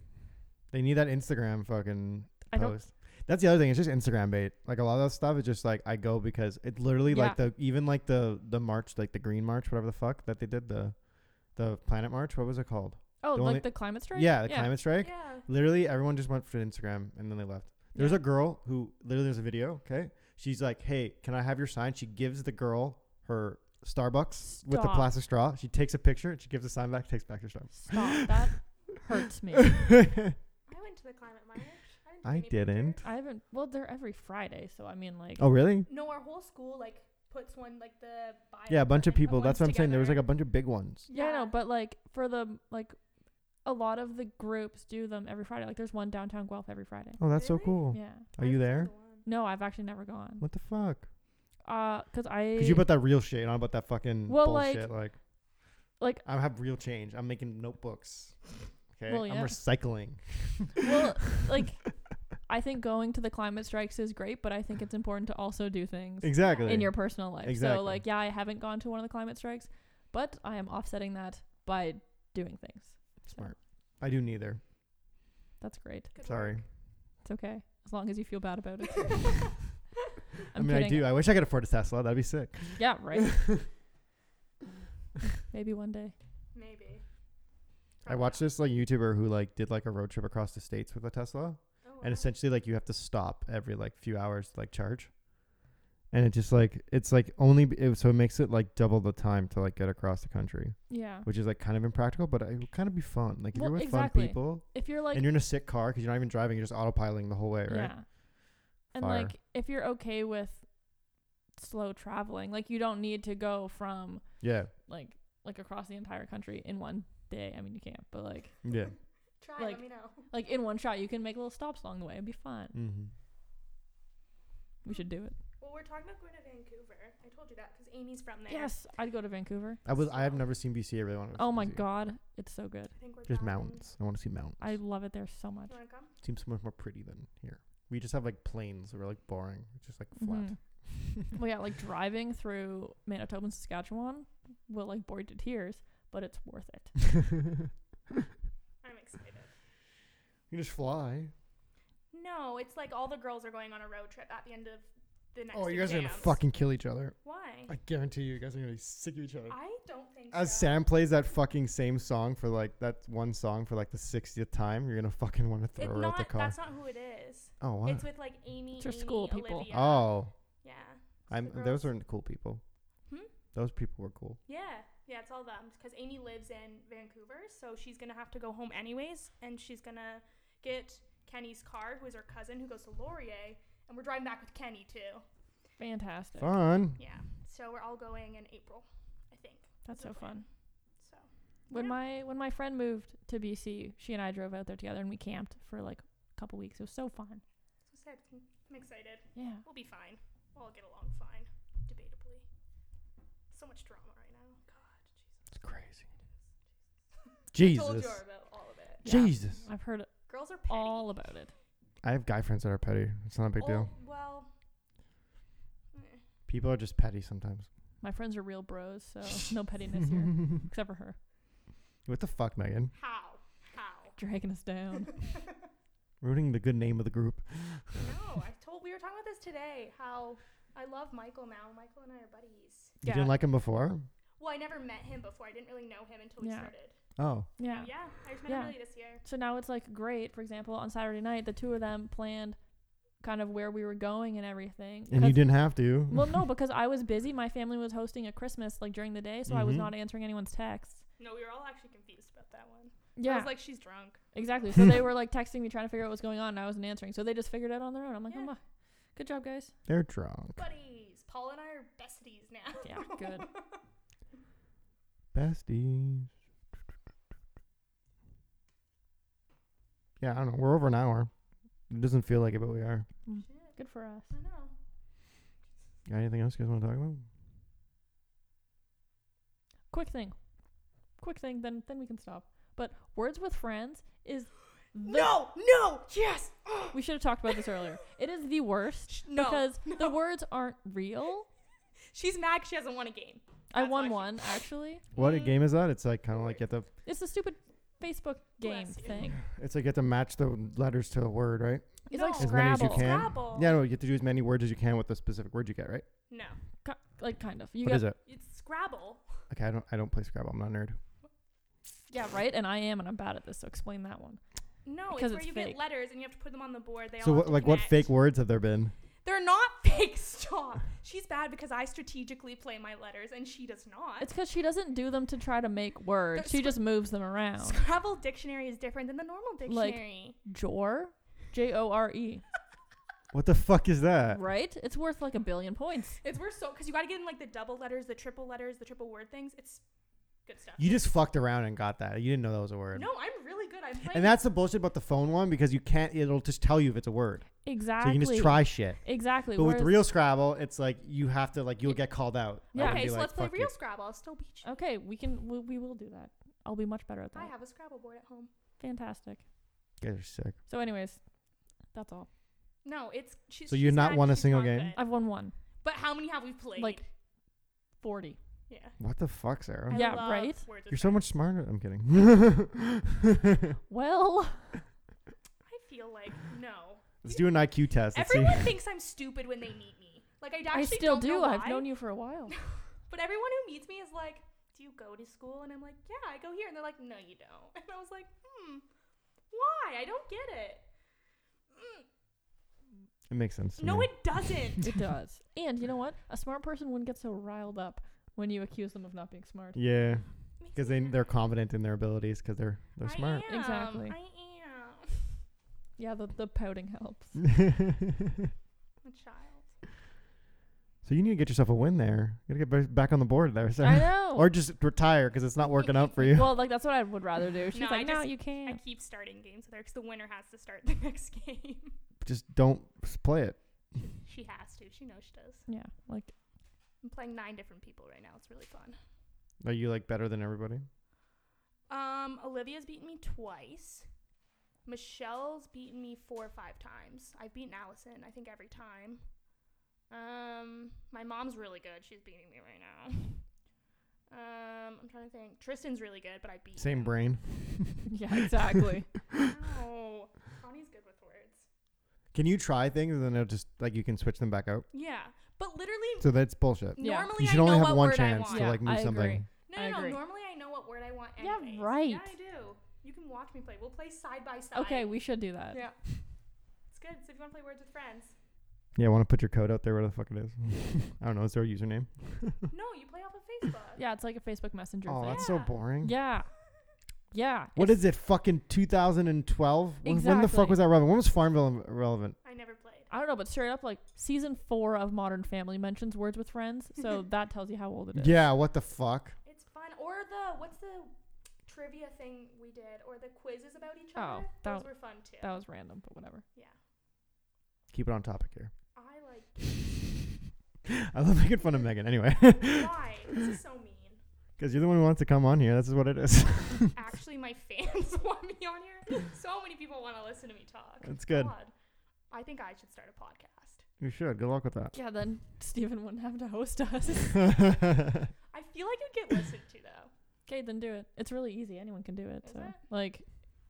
They need that Instagram fucking I don't post. That's the other thing. It's just Instagram bait. Like a lot of that stuff is just like I go because it literally like the even like the the march like the green march whatever the fuck that they did the the planet march what was it called? Oh, the like only- the climate strike? Yeah, the climate yeah. strike. Literally everyone just went for Instagram and then they left. There's Yeah. a girl who literally there's a video. Okay, she's like, "Hey, can I have your sign?" She gives the girl her Starbucks with the Stop. plastic straw. She takes a picture. She gives the sign back. Takes back her Stop. That hurts me. Starbucks. I went to the climate march. I I didn't. take any didn't. pictures. I haven't well, they're every Friday, so I mean like oh really? No, our whole school like puts one like the. bio Yeah, a bunch of department people. That's what I'm ones saying. There was like together. a bunch of big ones. Yeah, I know, Yeah. but like for the like a lot of the groups do them every Friday. Like there's one downtown Guelph every Friday. Oh, that's so Really? cool. Yeah. Are I you was there? the one. No, I've actually never gone. What the fuck? Uh, cause I Because you about that real shit, not about that fucking Well, like- bullshit. Like, like- I have real change. I'm making notebooks. Okay, Well, yeah. I'm recycling. well, like I think going to the climate strikes is great, but I think it's important to also do things Exactly. in your personal life. Exactly. So like, yeah, I haven't gone to one of the climate strikes, but I am offsetting that by doing things. So, smart. I do neither. That's great. Good Sorry. work. It's okay as long as you feel bad about it. i I'm mean, I kidding. do. I wish I could afford a Tesla. That'd be sick. Yeah, right. Maybe one day. Maybe. I watched this like YouTuber who like did like a road trip across the states with a Tesla, Oh, and wow. essentially like you have to stop every like few hours to like charge, and it just like it's like only b- it, so it makes it like double the time to like get across the country, Yeah. which is like kind of impractical, but it would kind of be fun. Like if Well, you're with exactly. fun people If you're like and you're in a sick car because you're not even driving, you're just autopiloting the whole way, right? Yeah. And Fire. like if you're okay with slow traveling, like you don't need to go from Yeah, like like across the entire country in one day. I mean, you can't, but like yeah. Try. like- let me know. like in one shot, you can make little stops along the way. It'd be fun. Mm-hmm. We should do it. Well, we're talking about going to Vancouver. I told you that because Amy's from there. Yes, I'd go to Vancouver. I was. I have So- never seen BC. I really want to. Oh my god, it's so good. I think we're Just done. mountains. I want to see mountains. I love it there so much. You want to come? seems so much more pretty than here. We just have like plains. We're like boring. It's just like flat. Mhm. well, yeah, like driving through Manitoba and Saskatchewan will like bore you to tears, but it's worth it. I'm excited. You just fly. No, it's like all the girls are going on a road trip at the end of the next. oh, you guys are gonna exams. fucking kill each other. Why? I guarantee you, you guys are gonna be sick of each other. I don't think. As so. Sam plays that fucking same song for like that one song for like the 60th time, you're gonna fucking want to throw It her out not, the car. that's not who it is. oh what? It's with like Amy. It's your Amy, school people. Olivia. Oh, Yeah. It's the I'm. girls. Those are cool people. Hmm? Those people were cool. Yeah, yeah, it's all them because Amy lives in Vancouver, so she's gonna have to go home anyways, and she's gonna get Kenny's car, who is her cousin, who goes to Laurier, and we're driving back with Kenny too. Fantastic. Fun. Yeah, so we're all going in April, I think. That's is the so plan. fun. So When Yeah. my when my friend moved to BC, she and I drove out there together and we camped for like a couple weeks. It was so fun. so sad. I'm excited. Yeah. We'll be fine. We'll all get along fine, debatably. So much drama right now. God, It's crazy. Jesus. I told you Jesus. about all of it. Yeah. Jesus. I've heard Girls are petty. all about it. I have guy friends that are petty. It's not a big Oh, deal. Well. eh. People are just petty sometimes. My friends are real bros, so no pettiness here. Except for her. What the fuck, Megan? How? How? Dragging us down. Ruining the good name of the group. No, I told we were talking about this today. How I love Michael now. Michael and I are buddies. You didn't like him before? Well, I never met him before. I didn't really know him until we Yeah. started. Oh, yeah. Yeah. I just met Yeah. him really this year. So now it's like great. For example, on Saturday night, the two of them planned kind of where we were going and everything. and you 'Cause- didn't have to. Well, no, because I was busy. My family was hosting a Christmas like during the day, so I was Mhm. not answering anyone's texts. No, we were all actually confused about that one. I Yeah, was like, she's drunk. exactly. So they were like texting me trying to figure out what was going on, and I wasn't answering. So they just figured it out on their own. I'm like, Yeah. oh my, good job, guys. They're drunk. Buddies. Paul and I are besties now. Yeah, good. Besties. Yeah, I don't know. We're over an hour. It doesn't feel like it, but we are. Shit. Good for us. I know. Got anything else you guys want to talk about? Quick thing, quick thing. Then then we can stop. But Words with Friends is the No, no, yes. We should have talked about this earlier. It is the worst No, because the no. words aren't real. She's mad 'cause she hasn't won a game. I That's why won she- one actually. What a Mm. game is that? It's like kind of like you have to. It's the stupid Facebook game Bless you. thing. It's like you have to match the letters to a word, right? It's No. like As many Scrabble. as you can. Scrabble. Yeah, no, you have to do as many words as you can with the specific word you get, right? No, Ki- like kind of. You What got, is it? it's Scrabble. Okay, I don't. I don't play Scrabble. I'm not a nerd. Yeah, right. And I am, and I'm bad at this. So explain that one. No, Because it's where it's you fake. get letters and you have to put them on the board. They so, all have what, to like, what connect. fake words have there been? They're not fake. Stop. She's bad because I strategically play my letters and she does not. It's because she doesn't do them to try to make words. She Scra- just moves them around. Scrabble dictionary is different than the normal Like- dictionary. Jor, J O R E. What the fuck is that? Right? It's worth like a billion points. it's worth so because you got to get in like the double letters, the triple letters, the triple word things. It's good stuff. You just fucked around and got that. You didn't know that was a word. no, I'm really good. I'm playing. And that's the bullshit about the phone one because you can't. It'll just tell you if it's a word, so Exactly. you can just try shit. Exactly. But with whereas- real Scrabble, it's like you have to like you'll get called out. Yeah. and okay, be so like, let's play "Fuck real you." Scrabble. I'll still beat you. Okay, we can. We, we will do that. I'll be much better at I that. have a Scrabble board at home. Fantastic. You guys are sick. So, anyways, that's all. No, it's she's. So you she's not mad won a she's single not game? good. I've won one, But how many have we played? like forty. yeah. What the fuck, Sarah? I Yeah, love right? Words with You're so Friends. much smarter. I'm kidding. Well, I feel like no. let's do an IQ test. Let's see. Everyone thinks I'm stupid when they meet me. Like I actually I still don't do. Know I've why, known you for a while. But everyone who meets me is like, "Do you go to school?" And I'm like, "Yeah, I go here." And they're like, "No, you don't." And I was like, "Hmm, why? I don't get it." Mm. It makes sense. to No, me. it doesn't. It does. And you know what? A smart person wouldn't get so riled up when you accuse them of not being smart. Yeah, Makes because me they mad. they're confident in their abilities because they're they're I smart. am, Exactly. I am Yeah, the, the pouting helps. a child. so you need to get yourself a win there. You gotta get ba- back on the board there, I Sarah. know. Or just retire because it's not working out for you. well, like that's what I would rather do. She's No, like, I no, just- you I can't. keep starting games with her because the winner has to start the next game. just don't s- play it. she has to. She knows she does. yeah, like I'm playing nine different people right now. It's really fun. Are you like better than everybody? Um, Olivia's beaten me twice. Michelle's beaten me four or five times. I've beaten Allison, I think, every time. Um, my mom's really good. She's beating me right now. Um, I'm trying to think. Tristan's really good, but I beat Same him. brain. yeah, exactly. No, Connie's good with words. Can you try things and then it'll just like you can switch them back out? Yeah, but literally, So that's bullshit. Yeah. normally You I should know only what have one word chance I want. to Yeah, like move I something. agree. No, I no, no. agree. Normally, I know what word I want. Yeah, Anyways. Yeah, right. I do. You can watch me play. We'll play side by side. okay, we should do that. Yeah. It's good. So if you want to play Words with Friends, Yeah, want to put your code out there? Where the fuck it is? I don't know. Is there a username? no, you play off of Facebook. Yeah, it's like a Facebook Messenger Oh, thing. that's so Yeah. boring. Yeah. Yeah. What is it? Fucking 2012? When, when the Exactly. fuck was that relevant? When was Farmville im- relevant? I never played. I don't know, but straight up, like season four of Modern Family mentions Words with Friends, so that tells you how old it is. Yeah, what the fuck? It's fun. Or the what's the trivia thing we did, or the quizzes about each Oh, other. that Those w- were fun too. That was random, but whatever. yeah, Keep it on topic here. I like. I love making fun of Megan anyway, Why? This is so mean. because you're the one who wants to come on here. This is what it is. Actually, my fans want me on here. So many people want to listen to me talk. That's good. God. I think I should start a podcast. You should. Good luck with that. Yeah, then Steven wouldn't have to host us. I feel like you'd get listened to though. okay, then do it. It's really easy. Anyone can do it. Is so, it? like,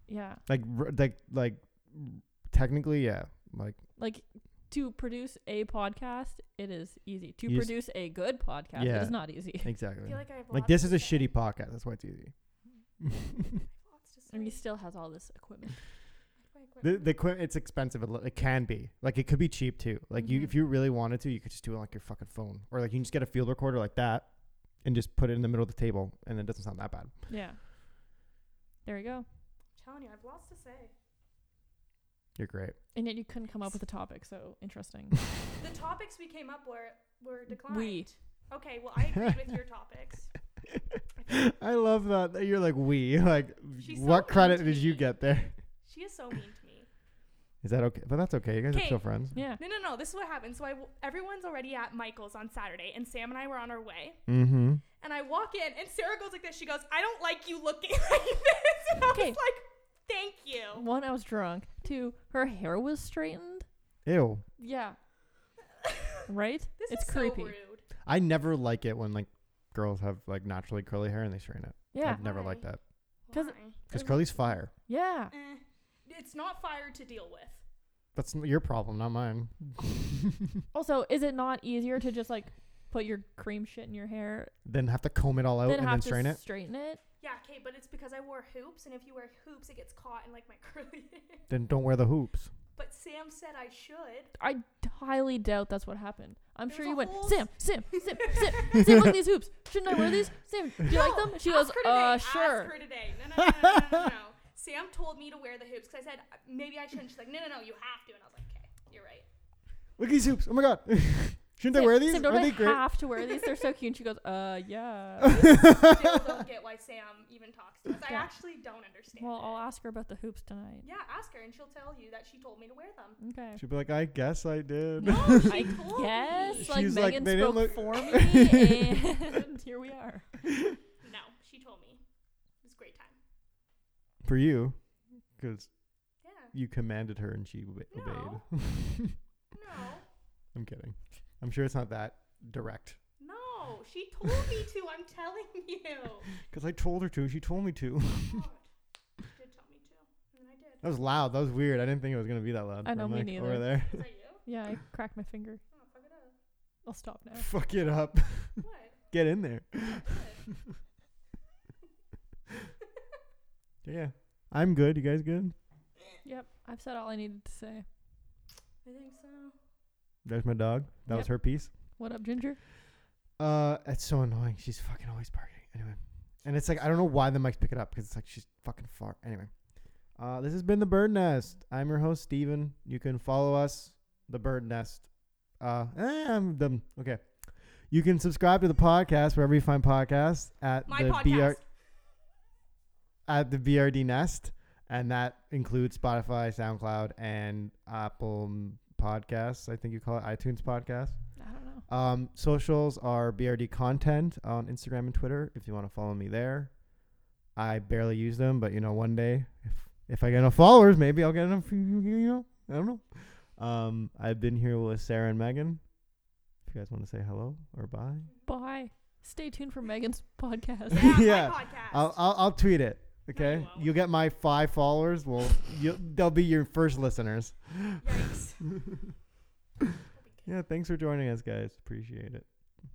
yeah, like, r- like, like, technically, yeah. Like, like to produce a podcast, it is easy. To You s- produce a good podcast, Yeah. it is not easy. Exactly. I feel like I have Like lots this to is a say. shitty podcast. That's why it's easy. Lots to And he say. still has all this equipment. Like, the the equi- it's expensive. It, lo- it can be. Like it could be cheap too. Like you, Mm-hmm. Mhm. if you really wanted to, you could just do it on, like your fucking phone, or like you can just get a field recorder like that, and just put it in the middle of the table, and it doesn't sound that bad. yeah. There we go. I'm telling you, I have lots to say. You're great. And yet you couldn't come up with a topic, so interesting. The topics we came up were were declined. we. Okay, well I agreed with your topics. I love that, that you're like we. Like She's so what credit mean to did you me. get there? She is so mean to me. Is that okay? But that's okay. You guys are Okay. still friends. Yeah. No, no, no. This is what happened. So I w- everyone's already at Michael's on Saturday, and Sam and I were on our way. Mm-hmm. And I walk in, and Sarah goes like this. She goes, "I don't like you looking like this." And I was Okay. like, "Thank you." One, I was drunk. Two, her hair was straightened. Ew. Yeah. Right? This it's is creepy. so rude. I never like it when like girls have like naturally curly hair and they straighten it. Yeah. I've never liked Why? that Does it- Why? because curly's fire. Yeah. Eh, it's not fire to deal with. That's n- your problem, not mine. Also, is it not easier to just like put your cream shit in your hair then have to comb it all out than Oh, and have then to straighten it. Straighten it. Yeah, okay, but it's because I wore hoops, and if you wear hoops, it gets caught in like my curly hair. Then don't wear the hoops. But Sam said I should. I highly doubt that's what happened. I'm There sure was you a went, whole Sam, Sam, Sam, Sam, Sam, look at these hoops. Shouldn't I wear these? Sam, do you like No, them? She goes, ask her today, uh, ask sure. her today. No, no, no, no, no, no, no, no. Sam told me to wear the hoops because I said uh, maybe I shouldn't. She's like, no, no, no, you have to. And I was like, okay, you're right. Look at these hoops. Oh my god. Shouldn't Sam, I wear these? Sam, Are don't I they great? have to wear these? They're so cute. And she goes, uh, yeah. Still don't get why Sam even talks to us. I Yeah. actually don't understand. well, it. I'll ask her about the hoops tonight. yeah, ask her, and she'll tell you that she told me to wear them. Okay. She'd be like, I guess I did. No, she I told guess, me. like She's like, Megan they spoke didn't look- for me, and here we are. No, she told me. It was a great time. For you, because Yeah. you commanded her and she obe- No. obeyed. No. I'm kidding. I'm sure it's not that direct. No, she told me to. I'm telling you. Oh Because I told her to. She told me to. God. She did tell me to, and I did. That was loud. That was weird. I didn't think it was gonna be that loud. I know, I'm me like, neither. Over there. Is that you? Yeah, I cracked my finger. Oh, fuck it up. I'll stop now. Fuck it up. What? Get in there. Good. Yeah. I'm good. You guys good? Yep, I've said all I needed to say. I think so. There's my dog. That was Yep. her piece. What up, Ginger? Uh, it's so annoying. She's fucking always barking. Anyway, and it's like I don't know why the mics pick it up because it's like she's fucking far. Anyway, uh, this has been the Bird Nest. I'm your host Steven. You can follow us, the Bird Nest. Uh, eh, I'm dumb. Okay, you can subscribe to the podcast wherever you find podcasts at My the podcast. at the BRD Nest, and that includes Spotify, SoundCloud, and Apple mm, Podcasts. I think you call it iTunes Podcast. I don't know. Um, socials are BRD content on Instagram and Twitter if you want to follow me there. I barely use them, but you know, one day if if I get enough followers, maybe I'll get enough. You know, I don't know. Um, I've been here with Sarah and Megan. If you guys want to say hello or bye, Bye. Stay tuned for Megan's podcast. Yeah, Yeah. my podcast. I'll I'll, I'll tweet it. Okay, you won't. you'll get my five followers. Well, you'll, they'll be your first listeners. Yikes. yeah, thanks for joining us, guys. Appreciate it.